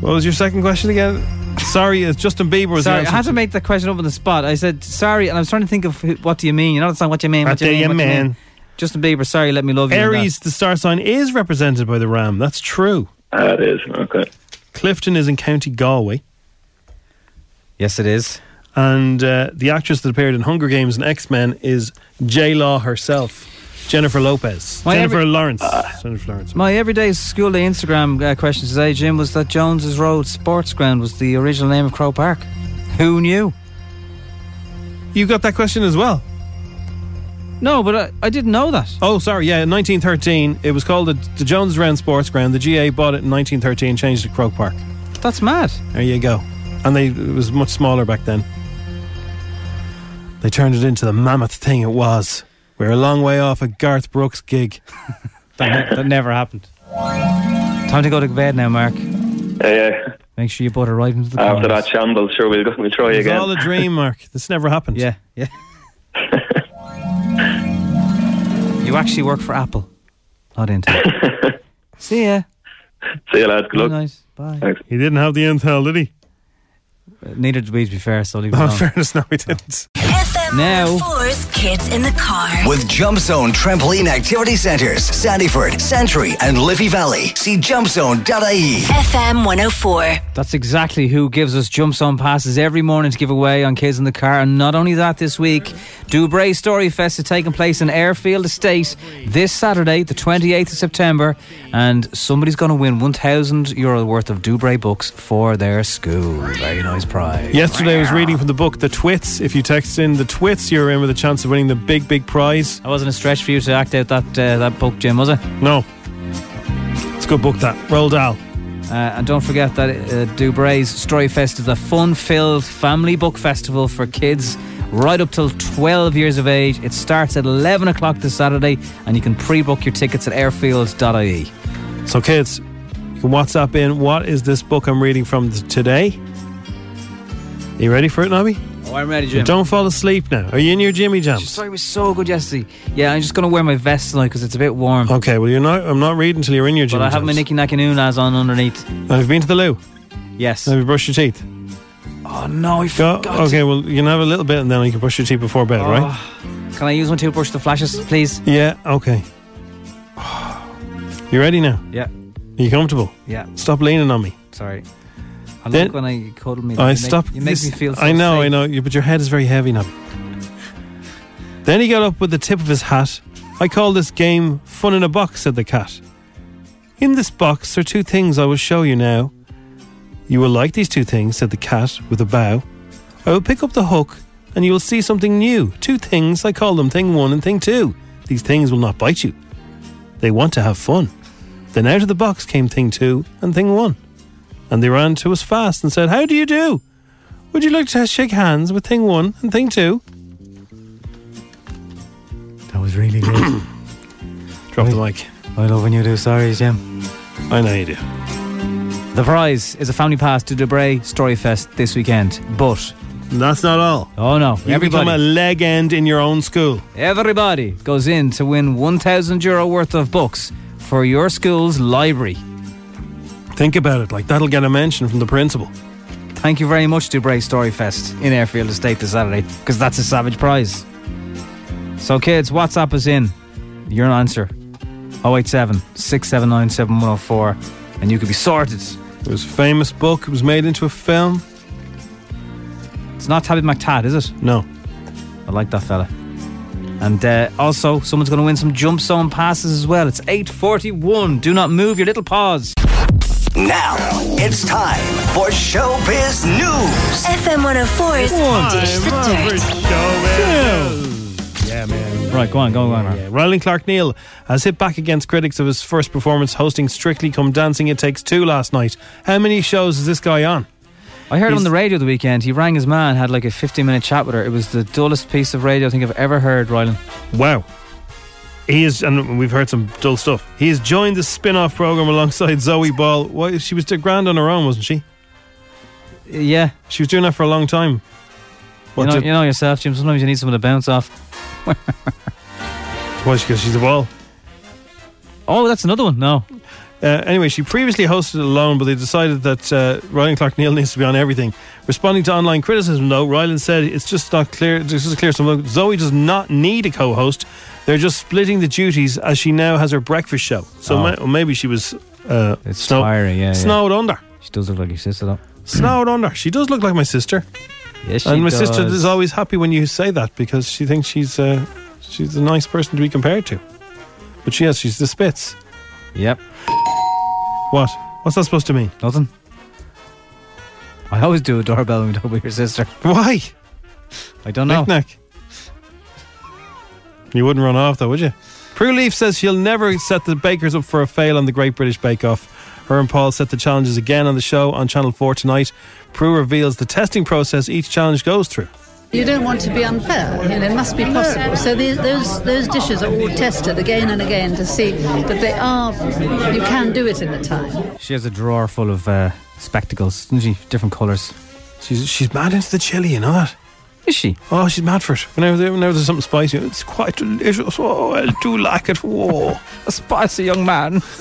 [SPEAKER 2] What was your second question again? Sorry, it's Justin Bieber was
[SPEAKER 1] Sorry,
[SPEAKER 2] the
[SPEAKER 1] I
[SPEAKER 2] answer.
[SPEAKER 1] had to make that question up on the spot. I said sorry, and I was trying to think of who- what do you mean. You know the song, what do you mean? What,
[SPEAKER 2] What
[SPEAKER 1] do you
[SPEAKER 2] do
[SPEAKER 1] mean?
[SPEAKER 2] you
[SPEAKER 1] what do you
[SPEAKER 2] mean?
[SPEAKER 1] mean? Justin Bieber, sorry, let me love you. and that.
[SPEAKER 2] Aries, the star sign, is represented by the ram. That's true.
[SPEAKER 10] That is okay.
[SPEAKER 2] Clifton is in County Galway.
[SPEAKER 1] Yes, it is.
[SPEAKER 2] And uh, the actress that appeared in Hunger Games and X Men is J Law herself, Jennifer Lopez.
[SPEAKER 1] My
[SPEAKER 2] Jennifer
[SPEAKER 1] every- Uh,
[SPEAKER 2] Lawrence. Jennifer Lawrence.
[SPEAKER 1] My everyday school day Instagram uh, question today, Jim, was that Jones's Road Sports Ground was the original name of Crow Park. Who
[SPEAKER 10] <laughs>
[SPEAKER 1] knew?
[SPEAKER 2] You got that question as well.
[SPEAKER 1] No, but I, I didn't know that.
[SPEAKER 2] Oh, sorry. Yeah, in 1913, it was called the, the Jones Round Sports Ground. The GA bought it in 1913, changed it to Croke Park.
[SPEAKER 1] That's mad.
[SPEAKER 2] There you go. And they, it was much smaller back then. They turned it into the mammoth thing it was. We're a long way off a Garth Brooks gig.
[SPEAKER 1] That, ne- that never happened. Time to go to bed now, Mark.
[SPEAKER 10] Uh,
[SPEAKER 1] Make sure you put it right into the
[SPEAKER 10] after that
[SPEAKER 1] corners.
[SPEAKER 10] shambles, sure we'll go, we'll try
[SPEAKER 2] It's
[SPEAKER 10] again.
[SPEAKER 2] all a dream, Mark. This never happened.
[SPEAKER 1] Yeah, yeah. you actually work for Apple, not Intel.
[SPEAKER 10] <laughs>
[SPEAKER 1] See ya.
[SPEAKER 10] <laughs> See you lads. Good
[SPEAKER 1] Good
[SPEAKER 10] luck.
[SPEAKER 1] night. Bye. Uh,
[SPEAKER 10] Thanks.
[SPEAKER 2] He didn't have the intel, did he?
[SPEAKER 1] Neither did we, to be fair, so
[SPEAKER 2] <laughs>
[SPEAKER 1] leave it
[SPEAKER 2] No, in
[SPEAKER 1] alone.
[SPEAKER 2] Oh, fairness, no, he didn't.
[SPEAKER 1] Now,
[SPEAKER 11] Four's kids in the car.
[SPEAKER 3] With Jump Zone Trampoline Activity Centers, Sandyford, Santry, and Liffey Valley. See jumpzone.ie.
[SPEAKER 11] FM 104.
[SPEAKER 1] That's exactly who gives us jumps on passes every morning to give away on Kids in the Car. And not only that, this week, Dubray Story Fest is taking place in Airfield Estate this Saturday, the 28th of September. And somebody's going to win 1,000 euro worth of Dubray books for their school. Very nice prize.
[SPEAKER 2] Yesterday, I was reading from the book The Twits. If you text in The Twits, you're in with a chance of winning the big, big prize.
[SPEAKER 1] That wasn't a stretch for you to act out that, uh, that book, Jim, was it?
[SPEAKER 2] No. It's a good book, that. Roll Dahl.
[SPEAKER 1] Uh, and don't forget that uh, Dubray's Story Fest is a fun filled family book festival for kids right up till 12 years of age. It starts at 11 o'clock this Saturday, and you can pre book your tickets at airfields.ie.
[SPEAKER 2] So, kids, you can WhatsApp in what is this book I'm reading from th- today? Are you ready for it, Nobby?
[SPEAKER 1] Oh, I'm ready, Jim.
[SPEAKER 2] Don't fall asleep now. Are you in your Jimmy jams?
[SPEAKER 1] Sorry, it was so good yesterday. Yeah, I'm just going to wear my vest tonight because it's a bit warm.
[SPEAKER 2] Okay, well, you're not. I'm not reading until you're in your
[SPEAKER 1] But
[SPEAKER 2] Jimmy
[SPEAKER 1] I have my
[SPEAKER 2] jams.
[SPEAKER 1] Nicky Nacky Noonahs on underneath.
[SPEAKER 2] Have you been to the loo?
[SPEAKER 1] Yes.
[SPEAKER 2] Have you brushed your teeth?
[SPEAKER 1] Oh, no, I
[SPEAKER 2] Go,
[SPEAKER 1] forgot.
[SPEAKER 2] okay, well, you can have a little bit and then you can brush your teeth before bed, right?
[SPEAKER 1] Oh, Can I use one toothbrush to flashes, please?
[SPEAKER 2] Yeah, okay. <sighs> You ready now?
[SPEAKER 1] Yeah.
[SPEAKER 2] Are you comfortable?
[SPEAKER 1] Yeah.
[SPEAKER 2] Stop leaning on me.
[SPEAKER 1] Sorry. I
[SPEAKER 2] Then-
[SPEAKER 1] like when I you cuddle me.
[SPEAKER 2] I
[SPEAKER 1] you make,
[SPEAKER 2] stop.
[SPEAKER 1] You make
[SPEAKER 2] this-
[SPEAKER 1] me feel. So
[SPEAKER 2] I know,
[SPEAKER 1] safe.
[SPEAKER 2] I know, you- but your head is very heavy now. then he got up with the tip of his hat. I call this game "Fun in a Box," said the cat. In this box are two things I will show you now. You will like these two things," said the cat with a bow. "I will pick up the hook, and you will see something new. Two things. I call them thing one and thing two. These things will not bite you. They want to have fun." Then out of the box came thing two and thing one, and they ran to us fast and said, "How do you do?" Would you like to shake hands with thing one and thing two?
[SPEAKER 1] That was really good.
[SPEAKER 2] <coughs> Drop the mic.
[SPEAKER 1] I love when you do sorries, Jim.
[SPEAKER 2] I know you do.
[SPEAKER 1] The prize is a family pass to Debray Storyfest this weekend. But
[SPEAKER 2] that's not all.
[SPEAKER 1] Oh no!
[SPEAKER 2] You
[SPEAKER 1] everybody,
[SPEAKER 2] become a legend in your own school.
[SPEAKER 1] everybody goes in to win one thousand euro worth of books for your school's library.
[SPEAKER 2] Think about it. Like that'll get a mention from the principal.
[SPEAKER 1] Thank you very much to Bray Storyfest in Airfield Estate this Saturday, because that's a savage prize. So, kids, WhatsApp is in. Your answer 087 679 7104, and you could be sorted.
[SPEAKER 2] It was a famous book, it was made into a film.
[SPEAKER 1] It's not Tabby McTad, is it?
[SPEAKER 2] No.
[SPEAKER 1] I like that fella. And uh, also, someone's going to win some jump zone passes as well. It's 8.41. Do not move your little paws.
[SPEAKER 3] Now it's time for Showbiz News.
[SPEAKER 11] FM 104's Dish the Dirt.
[SPEAKER 2] Yeah, man.
[SPEAKER 1] Right, go on, go on, go on.
[SPEAKER 2] Yeah. Rylan Clark Neal has hit back against critics of his first performance hosting Strictly Come Dancing It Takes Two last night. How many shows is this guy on?
[SPEAKER 1] I heard him
[SPEAKER 2] He's-
[SPEAKER 1] on the radio the weekend. He rang his man, had like a 15 minute chat with her. It was the dullest piece of radio I think I've ever heard, Rylan.
[SPEAKER 2] Wow. He is, and we've heard some dull stuff. He has joined the spin off program alongside Zoe Ball. Why, she was grand on her own, wasn't she?
[SPEAKER 1] Yeah.
[SPEAKER 2] She was doing that for a long time.
[SPEAKER 1] you, know,
[SPEAKER 2] did-
[SPEAKER 1] you know yourself, Jim. Sometimes you need someone to bounce
[SPEAKER 2] <laughs>
[SPEAKER 1] off.
[SPEAKER 2] Why? Because she's a ball.
[SPEAKER 1] Oh, that's another one. No.
[SPEAKER 2] Uh, anyway, she previously hosted it alone, but they decided that uh, Rylan Clark Neal needs to be on everything. Responding to online criticism, though, Rylan said it's just not clear. This is clear. So Zoe does not need a co-host. They're just splitting the duties as she now has her breakfast show. So
[SPEAKER 1] Oh.
[SPEAKER 2] ma- or maybe she was uh,
[SPEAKER 1] It's
[SPEAKER 2] snow-
[SPEAKER 1] tiring, yeah, yeah.
[SPEAKER 2] snowed under.
[SPEAKER 1] She does look like your sister, though.
[SPEAKER 2] Snowed under. She does look like my sister.
[SPEAKER 1] Yes, she
[SPEAKER 2] and my
[SPEAKER 1] does.
[SPEAKER 2] sister is always happy when you say that because she thinks she's uh, she's a nice person to be compared to. But she has, she's the spits.
[SPEAKER 1] Yep.
[SPEAKER 2] What? What's that supposed to mean?
[SPEAKER 1] Nothing. I always do a doorbell when we talk about your sister.
[SPEAKER 2] Why?
[SPEAKER 1] I don't know.
[SPEAKER 2] Knick-knack. You wouldn't run off though, would you? Prue Leaf says she'll never set the bakers up for a fail on the Great British Bake Off. Her and Paul set the challenges again on the show on Channel 4 tonight. Prue reveals the testing process each challenge goes through.
[SPEAKER 5] You don't want to be unfair, you know, it must be possible. So these, those, those dishes are all tested again and again to see that they are, you can do it in the time.
[SPEAKER 1] She has a drawer full of uh, spectacles, doesn't she? Different colours.
[SPEAKER 2] She's she's mad into the chili, you know that?
[SPEAKER 1] Is she?
[SPEAKER 2] Oh, she's mad for it. Whenever, there- whenever there's something spicy, it's quite delicious. Oh, I do like it. Whoa.
[SPEAKER 1] <laughs> A spicy young man.
[SPEAKER 2] <laughs>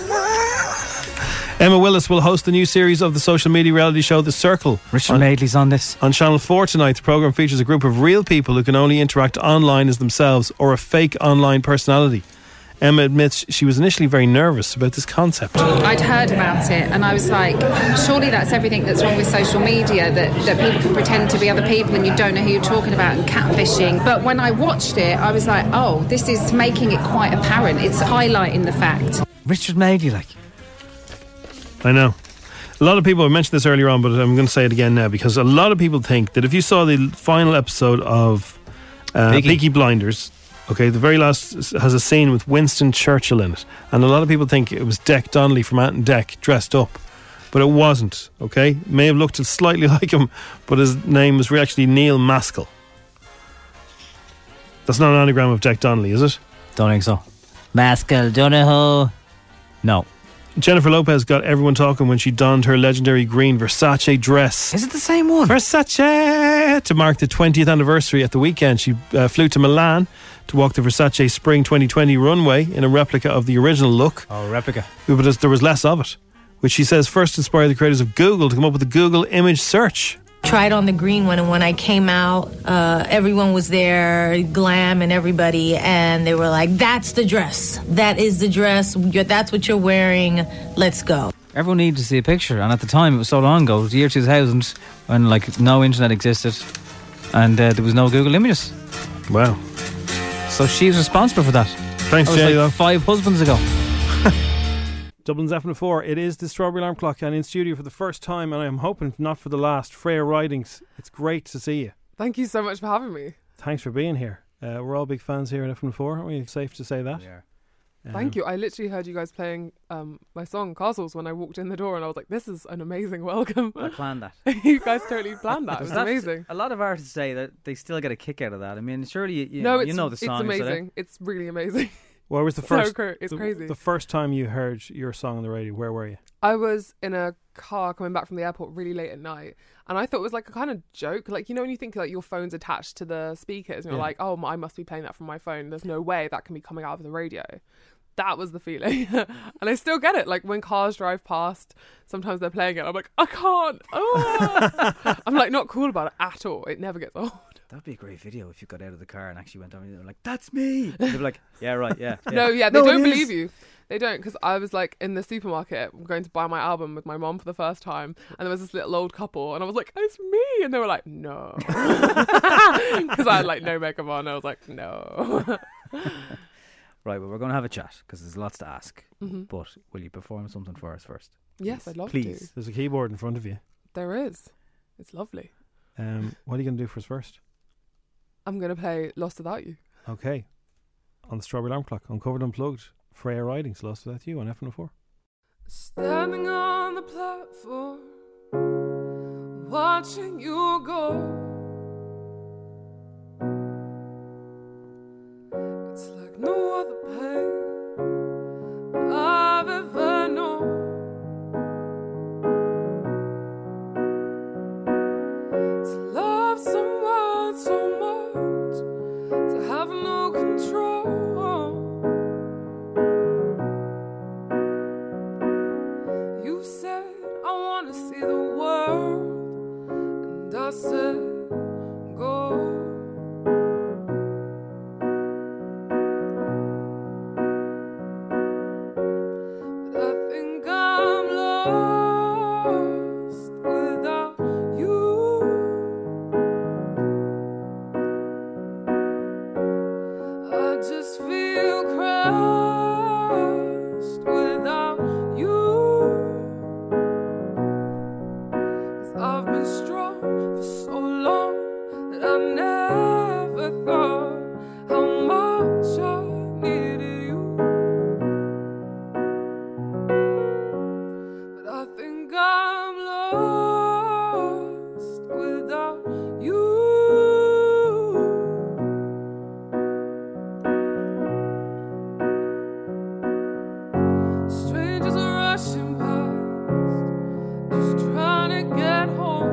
[SPEAKER 2] Emma Willis will host the new series of the social media reality show The Circle.
[SPEAKER 1] Richard
[SPEAKER 2] on-
[SPEAKER 1] Madeley's on this.
[SPEAKER 2] On Channel 4 tonight, the programme features a group of real people who can only interact online as themselves or a fake online personality. Emma admits she was initially very nervous about this concept.
[SPEAKER 12] I'd heard about it and I was like, surely that's everything that's wrong with social media that, that people can pretend to be other people and you don't know who you're talking about and catfishing. But when I watched it, I was like, oh, this is making it quite apparent. It's highlighting the fact.
[SPEAKER 1] Richard Madeley, like.
[SPEAKER 2] I know. A lot of people, I mentioned this earlier on, but I'm going to say it again now because a lot of people think that if you saw the final episode of uh,
[SPEAKER 1] Peaky.
[SPEAKER 2] Peaky Blinders, okay, the very last s- has a scene with Winston Churchill in it. And a lot of people think it was Deck Donnelly from Ant and Deck dressed up, but it wasn't, okay? May have looked slightly <laughs> like him, but his name was re- actually Neil Maskell. That's not an anagram of Deck Donnelly, is it?
[SPEAKER 1] Don't think so. Maskell Donahoe. No.
[SPEAKER 2] Jennifer Lopez got everyone talking when she donned her legendary green Versace dress.
[SPEAKER 1] Is it the same one?
[SPEAKER 2] Versace! To mark the 20th anniversary at the weekend, she uh, flew to Milan to walk the Versace Spring 2020 runway in a replica of the original look.
[SPEAKER 1] Oh, replica.
[SPEAKER 2] Yeah, But there was less of it, which she says first inspired the creators of Google to come up with the Google image search.
[SPEAKER 13] tried on the green one and when i came out uh, everyone was there glam and everybody and they were like that's the dress that is the dress You're- that's what you're wearing let's go
[SPEAKER 1] Everyone needed to see a picture, and at the time, it was so long ago, it was the year 2000, when like no internet existed, and uh, there was no Google Images.
[SPEAKER 2] Wow.
[SPEAKER 1] So she's responsible for that.
[SPEAKER 2] Thanks,
[SPEAKER 1] that was
[SPEAKER 2] Jay,
[SPEAKER 1] like
[SPEAKER 2] though.
[SPEAKER 1] Five husbands ago.
[SPEAKER 2] Dublin's FM four. It is the Strawberry Alarm Clock, and in studio for the first time, and I am hoping not for the last. Freya Ridings. It's great to see you.
[SPEAKER 14] Thank you so much for having me.
[SPEAKER 2] Thanks for being here. Uh, we're all big fans here at FM four, aren't we? Safe to say that. Um, Yeah.
[SPEAKER 14] Thank you. I literally heard you guys playing um, my song Castles when I walked in the door, and I was like, "This is an amazing welcome."
[SPEAKER 1] I planned that.
[SPEAKER 14] you guys totally planned <laughs> that. It was
[SPEAKER 1] That's-
[SPEAKER 14] amazing.
[SPEAKER 1] A lot of artists say that they still get a kick out of that. I mean, surely you, you,
[SPEAKER 14] no,
[SPEAKER 1] know,
[SPEAKER 14] it's,
[SPEAKER 1] you know the
[SPEAKER 14] It's
[SPEAKER 1] eh? song.
[SPEAKER 14] amazing. It's really amazing.
[SPEAKER 2] Where was
[SPEAKER 14] <laughs>
[SPEAKER 2] the
[SPEAKER 14] So
[SPEAKER 2] first?
[SPEAKER 14] cra- it's
[SPEAKER 2] the,
[SPEAKER 14] crazy.
[SPEAKER 2] The first time you heard your song on the radio, where were you?
[SPEAKER 14] I was in a car coming back from the airport really late at night, and I thought it was like a kind of joke. Like you know when you think like your phone's attached to the speakers, and you're
[SPEAKER 2] Yeah.
[SPEAKER 14] like, "Oh, I must be playing that from my phone." There's no way that can be coming out of the radio. That was the feeling, <laughs> and I still get it. Like when cars drive past, sometimes they're playing it. I'm like, I can't. Ah. I'm like not cool about it at all. It never gets old.
[SPEAKER 1] That'd be a great video if you got out of the car and actually went over there and like, that's me. They'd be like, yeah, right, <laughs>
[SPEAKER 14] <laughs>
[SPEAKER 1] yeah.
[SPEAKER 14] No, yeah, they
[SPEAKER 1] No, it
[SPEAKER 14] don't
[SPEAKER 1] is.
[SPEAKER 14] believe you. They don't because I was like in the supermarket going to buy my album with my mom for the first time, and there was this little old couple, and I was like, "It's me," and they were like, "No," <laughs> because I had like no makeup on. I was like, "No." <laughs>
[SPEAKER 1] Right, well, we're going to have a chat because there's lots to ask.
[SPEAKER 14] Mhm.
[SPEAKER 1] But will you perform something for us first?
[SPEAKER 14] Yes, I'd love to.
[SPEAKER 1] Please.
[SPEAKER 2] There's a keyboard in front of you.
[SPEAKER 14] there is. It's lovely.
[SPEAKER 2] Um, what are you going to do for us first?
[SPEAKER 14] I'm gonna play "Lost Without You."
[SPEAKER 2] Okay. On the Strawberry Alarm Clock, Uncovered Unplugged, Freya Ridings, Lost Without You on FM four.
[SPEAKER 14] Standing on the platform, watching you go. It's like no other pain I've ever known. To love someone so much, to have no control. You said, I want to see the world. And I said, go. But I think I'm lost without you. I just feel crushed without you. i I've been strong for so long that I never thought how much I needed you. But I think I'm lost without you. Strangers are rushing past, just trying to get home.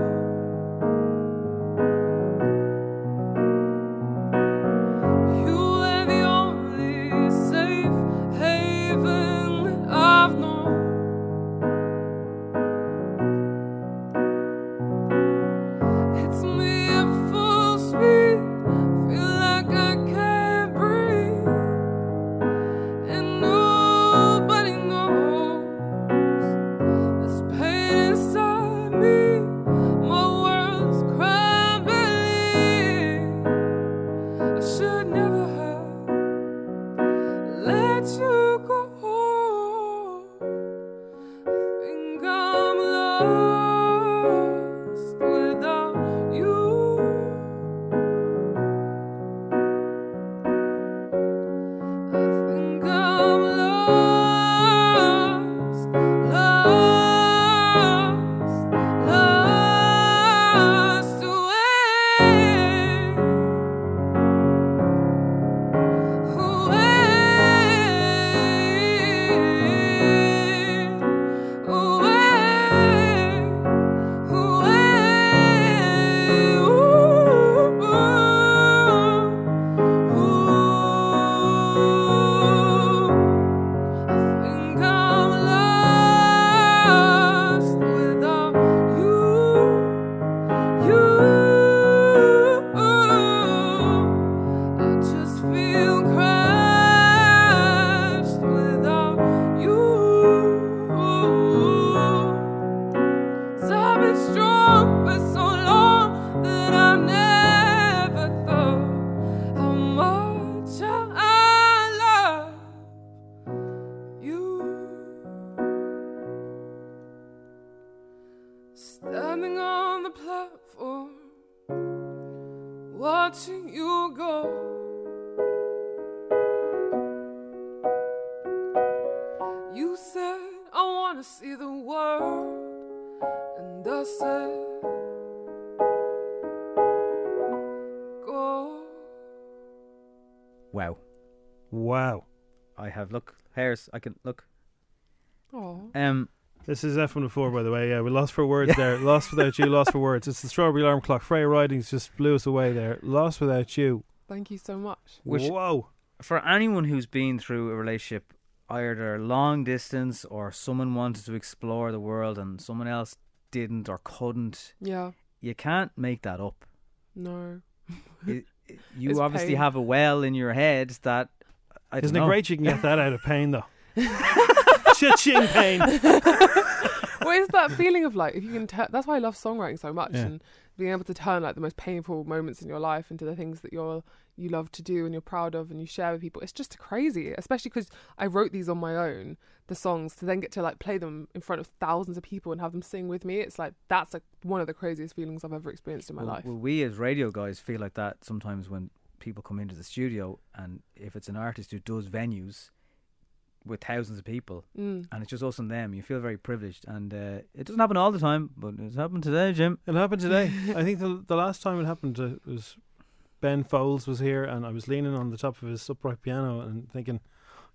[SPEAKER 14] You were the only safe haven that I've known. Hits me at full speed, feel like I can't breathe. And nobody knows this pain inside me. My world's crumbling. I should never have let you go. I think I'm lost without you. think I'm lost, lost, lost away.
[SPEAKER 15] oh, feel crashed without you. So I've been strong for so long that I never thought how much I love you. Standing on the platform, watching you go. You said, I want to see the world. And I said, Go.
[SPEAKER 1] Wow.
[SPEAKER 2] Wow.
[SPEAKER 1] I have look hairs. I can look.
[SPEAKER 14] Oh.
[SPEAKER 1] Um,
[SPEAKER 2] this is F one four, by the way. Yeah, we lost
[SPEAKER 1] <laughs>
[SPEAKER 2] for words there. Lost without you. Lost for words. It's the strawberry alarm clock. Freya Ridings just blew us away there. Lost without you.
[SPEAKER 14] Thank you so much.
[SPEAKER 2] Whoa.
[SPEAKER 1] For anyone who's been through a relationship, either long distance or someone wanted to explore the world and someone else didn't or couldn't,
[SPEAKER 14] Yeah.
[SPEAKER 1] you can't make that
[SPEAKER 2] <laughs>
[SPEAKER 1] up.
[SPEAKER 14] No.
[SPEAKER 1] It- it- you
[SPEAKER 14] It's
[SPEAKER 1] obviously
[SPEAKER 14] pain.
[SPEAKER 1] have a well in your head that. I
[SPEAKER 2] Isn't
[SPEAKER 1] don't know.
[SPEAKER 2] it great you can get that out of pain though? Cha-ching
[SPEAKER 14] <laughs>
[SPEAKER 2] pain.
[SPEAKER 14] what is that feeling of like if you can turn that's why i love songwriting so much
[SPEAKER 2] Yeah.
[SPEAKER 14] and being able to turn like the most painful moments in your life into the things that you're you love to do and you're proud of and you share with people it's just crazy especially because i wrote these on my own the songs to then get to like play them in front of thousands of people and have them sing with me it's like that's like one of the craziest feelings i've ever experienced in my
[SPEAKER 1] well,
[SPEAKER 14] life
[SPEAKER 1] well, we as radio guys feel like that sometimes when people come into the studio, and if it's an artist who does venues with thousands of people,
[SPEAKER 14] Mm.
[SPEAKER 1] and it's just us and them, you feel very privileged. And uh, it doesn't happen all the time, but it's happened today, Jim.
[SPEAKER 2] It happened today. I think the the last time it happened uh, was Ben Foles was here, and I was leaning on the top of his upright piano and thinking,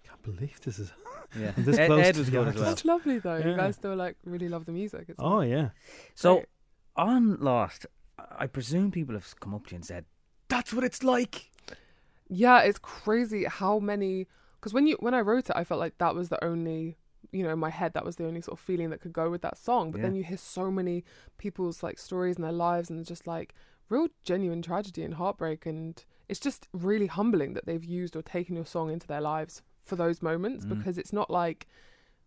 [SPEAKER 2] I can't believe this is <laughs>
[SPEAKER 1] Yeah.
[SPEAKER 2] I'm this
[SPEAKER 1] Ed-
[SPEAKER 2] close
[SPEAKER 1] Ed
[SPEAKER 2] to
[SPEAKER 1] was
[SPEAKER 2] the
[SPEAKER 1] going as
[SPEAKER 2] artist.
[SPEAKER 1] well.
[SPEAKER 14] it's lovely though you
[SPEAKER 2] Yeah.
[SPEAKER 14] guys still like really love the music it's
[SPEAKER 2] Oh yeah.
[SPEAKER 1] So on Lost, I presume people have come up to you and said, That's what it's like.
[SPEAKER 14] Yeah, it's crazy how many. Because when you when I wrote it, I felt like that was the only, you know, in my head that was the only sort of feeling that could go with that song. But then
[SPEAKER 1] Yeah.
[SPEAKER 14] you hear so many people's like stories and their lives and just like real genuine tragedy and heartbreak, and it's just really humbling that they've used or taken your song into their lives for those moments
[SPEAKER 1] Mm.
[SPEAKER 14] because it's not like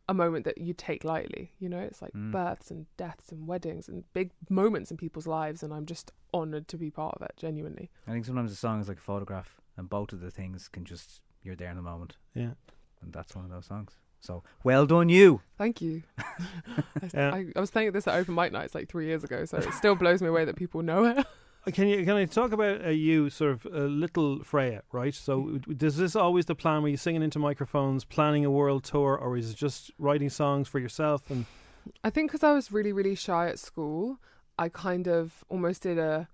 [SPEAKER 14] a moment that you take lightly. You know, it's like
[SPEAKER 1] Mm.
[SPEAKER 14] births and deaths and weddings and big moments in people's lives, and I'm just honored to be part of it. Genuinely,
[SPEAKER 1] I think sometimes a song is like a photograph, and both of the things can just, you're there in the moment.
[SPEAKER 2] Yeah.
[SPEAKER 1] And that's one of those songs. So well done, you.
[SPEAKER 14] Thank you. <laughs> I,
[SPEAKER 2] Yeah.
[SPEAKER 14] I, I was playing this at open mic nights like three years ago, so it still blows me away that people know it.
[SPEAKER 2] Uh, Can you can I talk about uh, you sort of uh, little Freya, right? So w- w- is this always the plan? Were you singing into microphones, planning a world tour, or is it just writing songs for yourself? And
[SPEAKER 14] I think because I was really, really shy at school, I kind of almost did a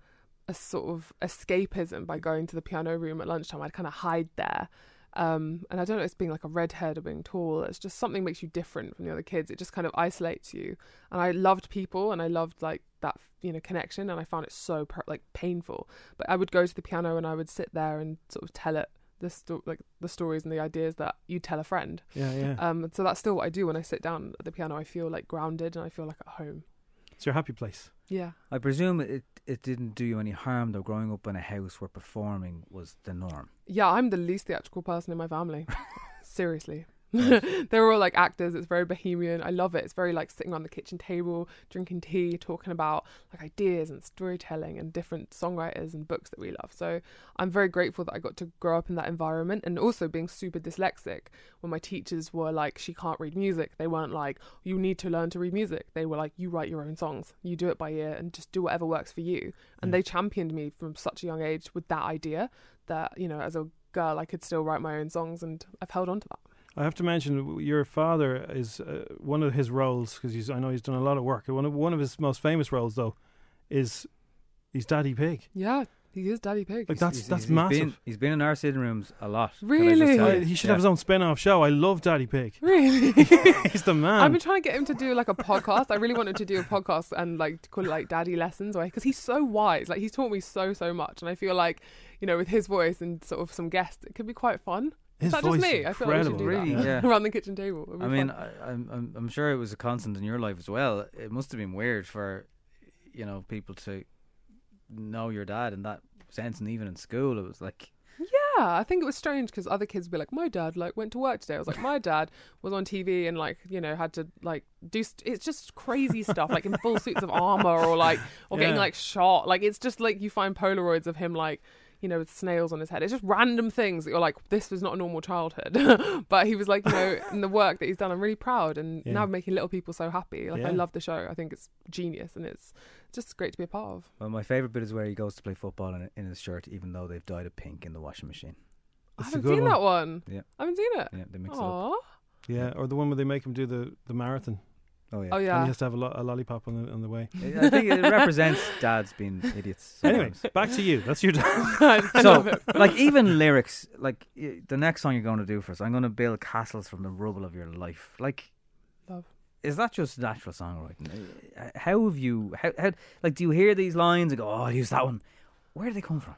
[SPEAKER 14] a sort of escapism by going to the piano room at lunchtime. I'd kind of hide there. Um, and I don't know, if it's being like a redhead or being tall. It's just something makes you different from the other kids. It just kind of isolates you. And I loved people, and I loved like that, you know, connection. And I found it so per- like painful. But I would go to the piano and I would sit there and sort of tell it the sto- like the stories and the ideas that you tell a friend.
[SPEAKER 2] Yeah, yeah.
[SPEAKER 14] Um, so that's still what I do when I sit down at the piano. I feel like grounded and I feel like at home.
[SPEAKER 2] it's your happy place.
[SPEAKER 14] Yeah.
[SPEAKER 1] I presume it, it didn't do you any harm, though, growing up in a house where performing was the norm.
[SPEAKER 14] Yeah, I'm the least theatrical person in my family. Seriously. <laughs> They're all like actors. It's very bohemian. I love it. It's very like sitting on the kitchen table, drinking tea, talking about like ideas and storytelling and different songwriters and books that we love. So I'm very grateful that I got to grow up in that environment and also being super dyslexic when my teachers were like, she can't read music. They weren't like, you need to learn to read music. They were like, you write your own songs, you do it by ear and just do whatever works for you. And they championed me from such a young age with that idea that, you know, as a girl, I could still write my own songs and I've held on to that.
[SPEAKER 2] I have to mention w- your father is uh, one of his roles because I know he's done a lot of work. One of one of his most famous roles though is he's Daddy Pig.
[SPEAKER 14] Yeah, he is Daddy Pig.
[SPEAKER 2] Like that's that's
[SPEAKER 1] he's
[SPEAKER 2] massive.
[SPEAKER 1] been- he's been in our sitting rooms a lot. can I just
[SPEAKER 14] Really?
[SPEAKER 1] tell
[SPEAKER 2] I-
[SPEAKER 1] you.
[SPEAKER 2] he should
[SPEAKER 1] Yeah.
[SPEAKER 2] have his own spin-off show. I love Daddy Pig.
[SPEAKER 14] Really? <laughs>
[SPEAKER 2] <laughs> He's the man.
[SPEAKER 14] I've been trying to get him to do like a podcast. I really want him to do a podcast and like to call it like daddy lessons because he's so wise. Like he's taught me so, so much. And I feel like, you know, with his voice and sort of some guests, it could be quite fun.
[SPEAKER 2] His
[SPEAKER 14] is that
[SPEAKER 2] voice
[SPEAKER 14] just me?
[SPEAKER 2] is
[SPEAKER 14] I feel like we should do
[SPEAKER 2] incredible.
[SPEAKER 14] that.
[SPEAKER 2] Really,
[SPEAKER 1] yeah.
[SPEAKER 14] <laughs> Around the kitchen table. It'd be
[SPEAKER 1] I mean,
[SPEAKER 14] fun.
[SPEAKER 1] I, I'm, I'm I'm sure it was a constant in your life as well. It must have been weird for, you know, people to know your dad in that sense, and even in school, it was like
[SPEAKER 14] Yeah, I think it was strange because other kids would be like, "My dad like went to work today." I was like, "My dad was on TV and like you know had to like do st- it's just crazy stuff like in full suits of armor or like or getting
[SPEAKER 16] Yeah.
[SPEAKER 14] like shot like it's just like you find Polaroids of him like you know with snails on his head. It's just random things that you're like, this was not a normal childhood, <laughs> but he was like you know in the work that he's done, I'm really proud and
[SPEAKER 1] Yeah.
[SPEAKER 14] now making little people so happy. Like
[SPEAKER 1] Yeah.
[SPEAKER 14] I love the show. I think it's genius and it's just great to be a part of.
[SPEAKER 1] Well, my favourite bit is where he goes to play football in, in his shirt, even though they've dyed it pink in the washing machine.
[SPEAKER 14] I haven't seen that one.
[SPEAKER 1] Yeah.
[SPEAKER 14] I haven't seen it.
[SPEAKER 1] Yeah, they mix
[SPEAKER 14] Aw.
[SPEAKER 2] Yeah, or the one where they make him do the, the marathon.
[SPEAKER 1] Oh yeah.
[SPEAKER 14] Oh, yeah.
[SPEAKER 2] And he has to have a, lo- a lollipop on the on the way.
[SPEAKER 1] it up. I think it represents <laughs> dads being idiots.
[SPEAKER 2] Anyway,
[SPEAKER 1] sometimes.
[SPEAKER 2] back to you. That's your
[SPEAKER 14] <laughs>
[SPEAKER 2] <laughs>
[SPEAKER 14] I
[SPEAKER 2] dad.
[SPEAKER 1] so, like, even lyrics, like y- the next song you're going to do for us, I'm going to build castles from the rubble of your life. Like,
[SPEAKER 14] Love.
[SPEAKER 1] is that just natural songwriting? Uh, How have you, how, how, like, do you hear these lines and go, oh, I'll use that one? Where do they come from?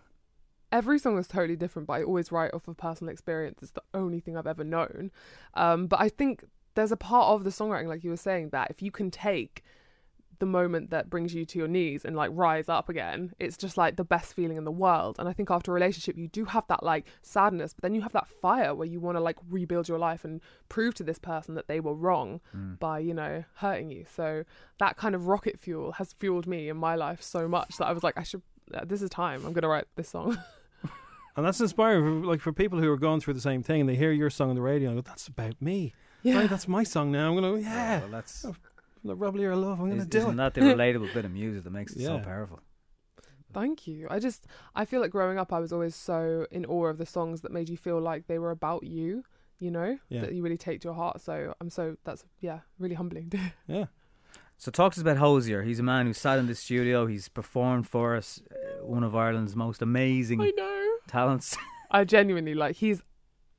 [SPEAKER 14] every song is totally different, but I always write off of personal experience. It's the only thing I've ever known. Um, but I think there's a part of the songwriting, like you were saying, that if you can take the moment that brings you to your knees and like rise up again, it's just like the best feeling in the world. And I think after a relationship, you do have that like sadness, but then you have that fire where you want to like rebuild your life and prove to this person that they were wrong
[SPEAKER 1] Mm.
[SPEAKER 14] by, you know, hurting you. So that kind of rocket fuel has fueled me in my life so much that I was like, I should, uh, this is time. I'm going to write this song. <laughs>
[SPEAKER 2] And that's inspiring, for, like for people who are going through the same thing. and They hear your song on the radio and go, "That's about me.
[SPEAKER 14] Yeah.
[SPEAKER 2] Right, that's my song now. I'm gonna, yeah. Oh,
[SPEAKER 1] well, that's
[SPEAKER 2] the rubble of your love. I'm gonna
[SPEAKER 1] Is,
[SPEAKER 2] do
[SPEAKER 1] isn't
[SPEAKER 2] it." <laughs>
[SPEAKER 1] that the relatable bit of music that makes it so
[SPEAKER 2] Yeah.
[SPEAKER 1] powerful?
[SPEAKER 14] Thank you. I just I feel like growing up I was always so in awe of the songs that made you feel like they were about you, you know,
[SPEAKER 1] Yeah.
[SPEAKER 14] that you really take to your heart. So I'm so that's yeah, really humbling. <laughs>
[SPEAKER 2] Yeah.
[SPEAKER 1] So talk to us about Hosier. He's a man who sat in the studio. He's performed for us uh, one of Ireland's most amazing
[SPEAKER 14] I know.
[SPEAKER 1] talents.
[SPEAKER 14] I genuinely like he's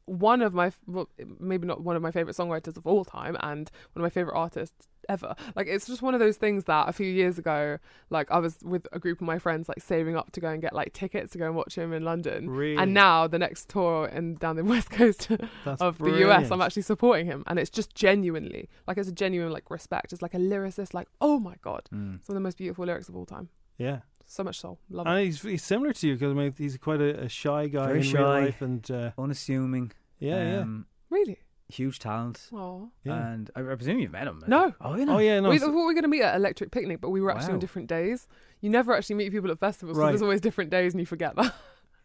[SPEAKER 14] one of my well, maybe not one of my favorite songwriters of all time and one of my favorite artists ever like it's just one of those things that a few years ago like i was with a group of my friends like saving up to go and get like tickets to go and watch him in london
[SPEAKER 16] Really?
[SPEAKER 14] and now the next tour and down the <laughs> west coast
[SPEAKER 16] That's
[SPEAKER 14] of the us
[SPEAKER 16] brilliant.
[SPEAKER 14] i'm actually supporting him and it's just genuinely like it's a genuine like respect it's like a lyricist like oh my god
[SPEAKER 2] Mm.
[SPEAKER 14] some of the most beautiful lyrics of all time
[SPEAKER 2] Yeah.
[SPEAKER 14] so much soul love it
[SPEAKER 2] And he's, he's similar to you because I mean, he's quite a, a shy guy
[SPEAKER 1] Very
[SPEAKER 2] in
[SPEAKER 1] shy,
[SPEAKER 2] real life and uh,
[SPEAKER 1] unassuming. Um,
[SPEAKER 2] Yeah,
[SPEAKER 14] Really?
[SPEAKER 1] Huge talent.
[SPEAKER 14] Aw.
[SPEAKER 2] Yeah.
[SPEAKER 1] And I, I presume you've met him.
[SPEAKER 14] No.
[SPEAKER 1] Oh, you know.
[SPEAKER 14] We thought we were going to meet at Electric Picnic, but we were actually
[SPEAKER 1] Wow.
[SPEAKER 14] on different days. You never actually meet people at festivals because
[SPEAKER 1] Right.
[SPEAKER 14] there's always different days and you forget that.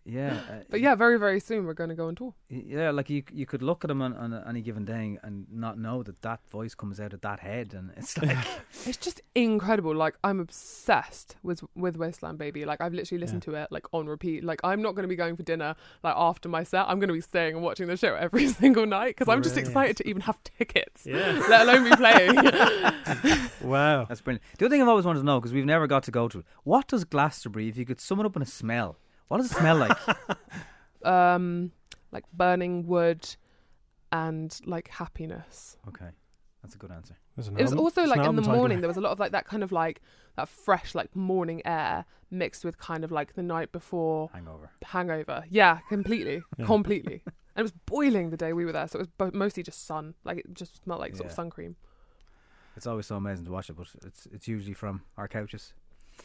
[SPEAKER 1] yeah. uh,
[SPEAKER 14] <laughs> but yeah, very, very soon we're going to go on tour.
[SPEAKER 1] yeah, like you, you could look at him on, on any given day and not know that that voice comes out of that head, and
[SPEAKER 2] <laughs>
[SPEAKER 1] it's like,
[SPEAKER 14] It's just incredible. Like, I'm obsessed with with Wasteland Baby. Like, I've literally listened to it, like, on repeat. Like, I'm not going to be going for dinner, like, after my set. I'm going to be staying and watching the show every <laughs> single night because I'm just
[SPEAKER 1] Brilliant.
[SPEAKER 14] excited to even have tickets,
[SPEAKER 1] Yeah.
[SPEAKER 14] let alone be playing.
[SPEAKER 1] <laughs>
[SPEAKER 2] wow,
[SPEAKER 1] that's brilliant. The other thing I've always wanted to know because we've never got to go to it. What does Glastonbury, if you could sum it up in a smell, what does it smell
[SPEAKER 2] <laughs>
[SPEAKER 1] like?
[SPEAKER 14] um, like, burning wood and, like, happiness.
[SPEAKER 1] okay, that's a good answer.
[SPEAKER 14] It was also like in the morning. There was a lot of like that kind of like that fresh like morning air mixed with kind of like the night before
[SPEAKER 1] hangover.
[SPEAKER 14] Hangover, yeah, completely,
[SPEAKER 1] <laughs> Yeah.
[SPEAKER 14] completely. And it was boiling the day we were there, so it was bo- mostly just sun. Like it just smelled like sort
[SPEAKER 1] Yeah.
[SPEAKER 14] of sun cream.
[SPEAKER 1] It's always so amazing to watch it, but it's it's usually from our couches.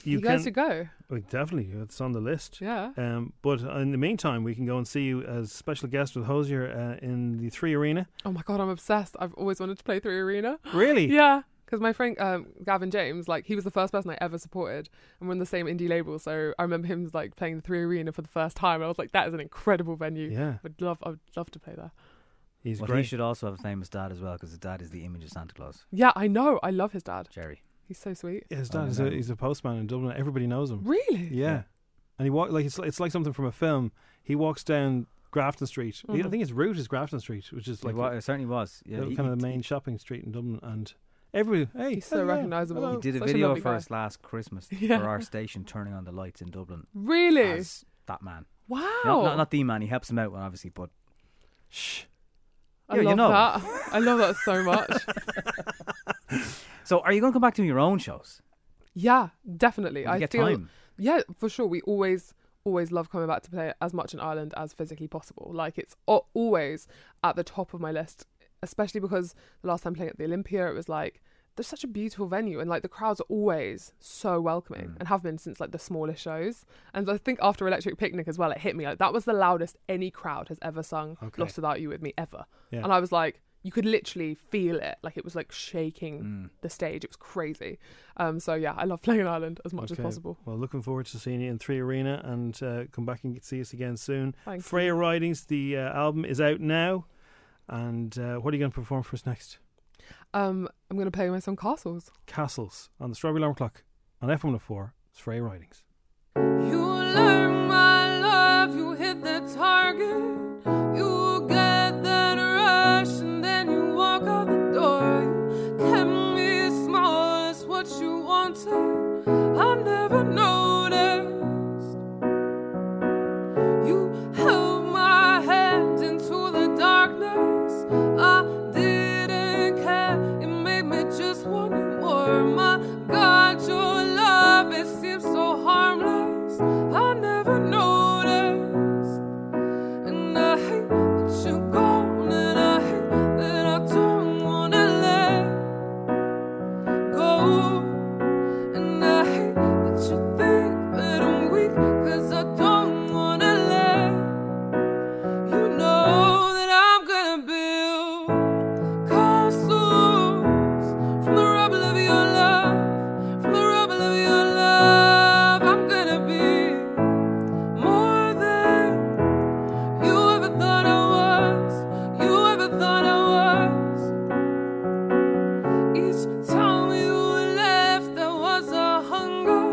[SPEAKER 14] You guys should go.
[SPEAKER 2] Oh, definitely, it's on the list.
[SPEAKER 14] Yeah.
[SPEAKER 2] Um, but in the meantime, we can go and see you as special guest with Hosier uh, in the Three Arena.
[SPEAKER 14] Oh my god, I'm obsessed. I've always wanted to play Three Arena. <laughs>
[SPEAKER 2] Really?
[SPEAKER 14] Yeah. Because my friend um, Gavin James, like he was the first person I ever supported, and we're on the same indie label. So I remember him like playing the Three Arena for the first time, and I was like, "That is an incredible venue.
[SPEAKER 1] Yeah.
[SPEAKER 14] would love, I would love to play there."
[SPEAKER 2] He's
[SPEAKER 1] well, he
[SPEAKER 2] great.
[SPEAKER 1] should also have a famous dad as well because his dad is the image of Santa Claus.
[SPEAKER 14] Yeah, I know. I love his dad.
[SPEAKER 1] Jerry.
[SPEAKER 14] He's so sweet.
[SPEAKER 2] Yeah, his dad is a, he's a postman in Dublin. Everybody knows him.
[SPEAKER 14] Oh, Really?
[SPEAKER 2] Yeah. And he walk like it's it's like something from a film. He walks down Grafton Street. He- I
[SPEAKER 14] Mm-hmm.
[SPEAKER 1] Mhm.
[SPEAKER 2] think his route is Grafton Street, which is
[SPEAKER 1] He
[SPEAKER 2] like
[SPEAKER 1] wa- it certainly was. Yeah,
[SPEAKER 2] the-
[SPEAKER 1] he-
[SPEAKER 2] kind of
[SPEAKER 1] he-
[SPEAKER 2] the main shopping street in Dublin. And everybody, hey,
[SPEAKER 14] He's so
[SPEAKER 2] hello,
[SPEAKER 14] recognisable.
[SPEAKER 2] hello.
[SPEAKER 1] Oh, He did a
[SPEAKER 14] Such a
[SPEAKER 1] video
[SPEAKER 14] lovely
[SPEAKER 1] for
[SPEAKER 14] guy.
[SPEAKER 1] us last
[SPEAKER 14] <laughs>
[SPEAKER 1] Christmas
[SPEAKER 14] Yeah.
[SPEAKER 1] for our station turning on the lights in Dublin.
[SPEAKER 14] Really?
[SPEAKER 1] As that man.
[SPEAKER 14] Wow.
[SPEAKER 1] No, not, not the man. He helps him out, obviously, but shh.
[SPEAKER 14] I
[SPEAKER 1] Yeah,
[SPEAKER 14] love
[SPEAKER 1] you know.
[SPEAKER 14] that. I love that so much.
[SPEAKER 1] <laughs> So, are you going to come back to your own shows?
[SPEAKER 14] yeah, definitely.
[SPEAKER 1] When you
[SPEAKER 14] I
[SPEAKER 1] get
[SPEAKER 14] feel.
[SPEAKER 1] time.
[SPEAKER 14] Yeah, for sure. We always always love coming back to play as much in Ireland as physically possible. Like it's a- always at the top of my list, especially because the last time playing at the Olympia, it was like there's such a beautiful venue and like the crowds are always so
[SPEAKER 1] Mm.
[SPEAKER 14] welcoming and have been since like the smallest shows and i think after electric picnic as well it hit me like that was the loudest any crowd has ever sung
[SPEAKER 16] Okay.
[SPEAKER 14] lost without you with me ever
[SPEAKER 16] Yeah.
[SPEAKER 14] and i was like you could literally feel it like it was like shaking the stage it was crazy um so yeah i love playing in ireland as much as
[SPEAKER 2] Okay.
[SPEAKER 14] possible
[SPEAKER 2] Well, looking forward to seeing you in Three Arena and uh, come back and see us again soon.
[SPEAKER 14] Thank you.
[SPEAKER 2] Freya Ridings, the uh, album is out now. And uh, what are you going to perform for us next?
[SPEAKER 14] um i'm gonna play my song castles
[SPEAKER 2] Castles on the Strawberry Alarm Clock on F104. It's Freya Ridings.
[SPEAKER 15] my love, you hit the target. You get that rush, and then you walk out the door. You kept me small, it's what you wanted. I never noticed. You held my hand into the darkness. I didn't care, it made me just want you more. My God, your love, it seems so harmless. I never noticed. And I hate that you're gone, and I hate that I don't wanna let go. And I hate that you think that I'm weak, cause I don't wanna let you know that I'm gonna build castles from the rubble of your love, from the rubble of your love. I'm gonna be more than you ever thought I was, you ever thought I was. Each time you left, there was a hunger.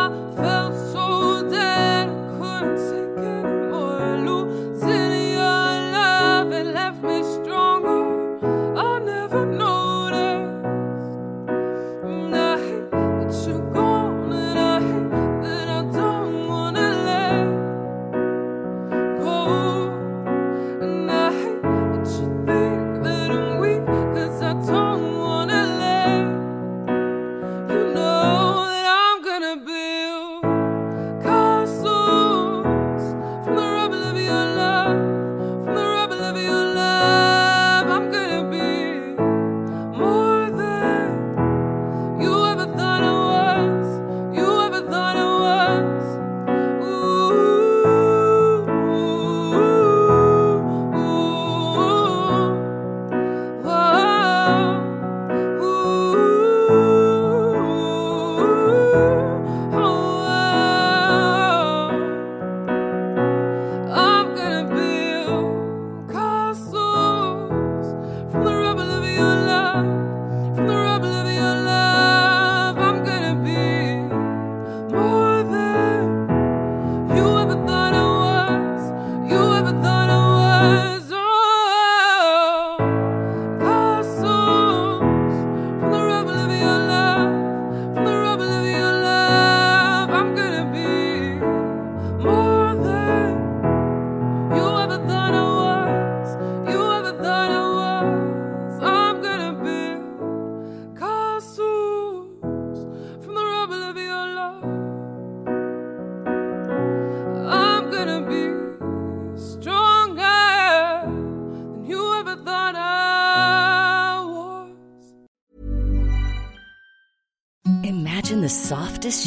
[SPEAKER 15] I felt so dead, I couldn't take anymore. Losing your love, it left me stronger. I never noticed. And I hate that you're gone, and I hate that I don't wanna let go. And I hate that you think that I'm weak, 'cause I don't wanna let you know that I'm gonna build castles from the rubble of your love, from the rubble of your love. I'm gonna be more than you ever thought I was, you ever thought I was. Oh, I'm gonna build castles from the rubble of your love, from the rubble of your love. I'm gonna be more than you ever thought I was, you ever thought I was. Oh, castles from the rubble of your love, from the rubble of your love. I'm gonna be more than. You ever thought I was? You ever thought I was? I'm gonna build castles from the rubble of your love. I'm gonna be stronger than you ever thought I was.
[SPEAKER 17] Imagine the softest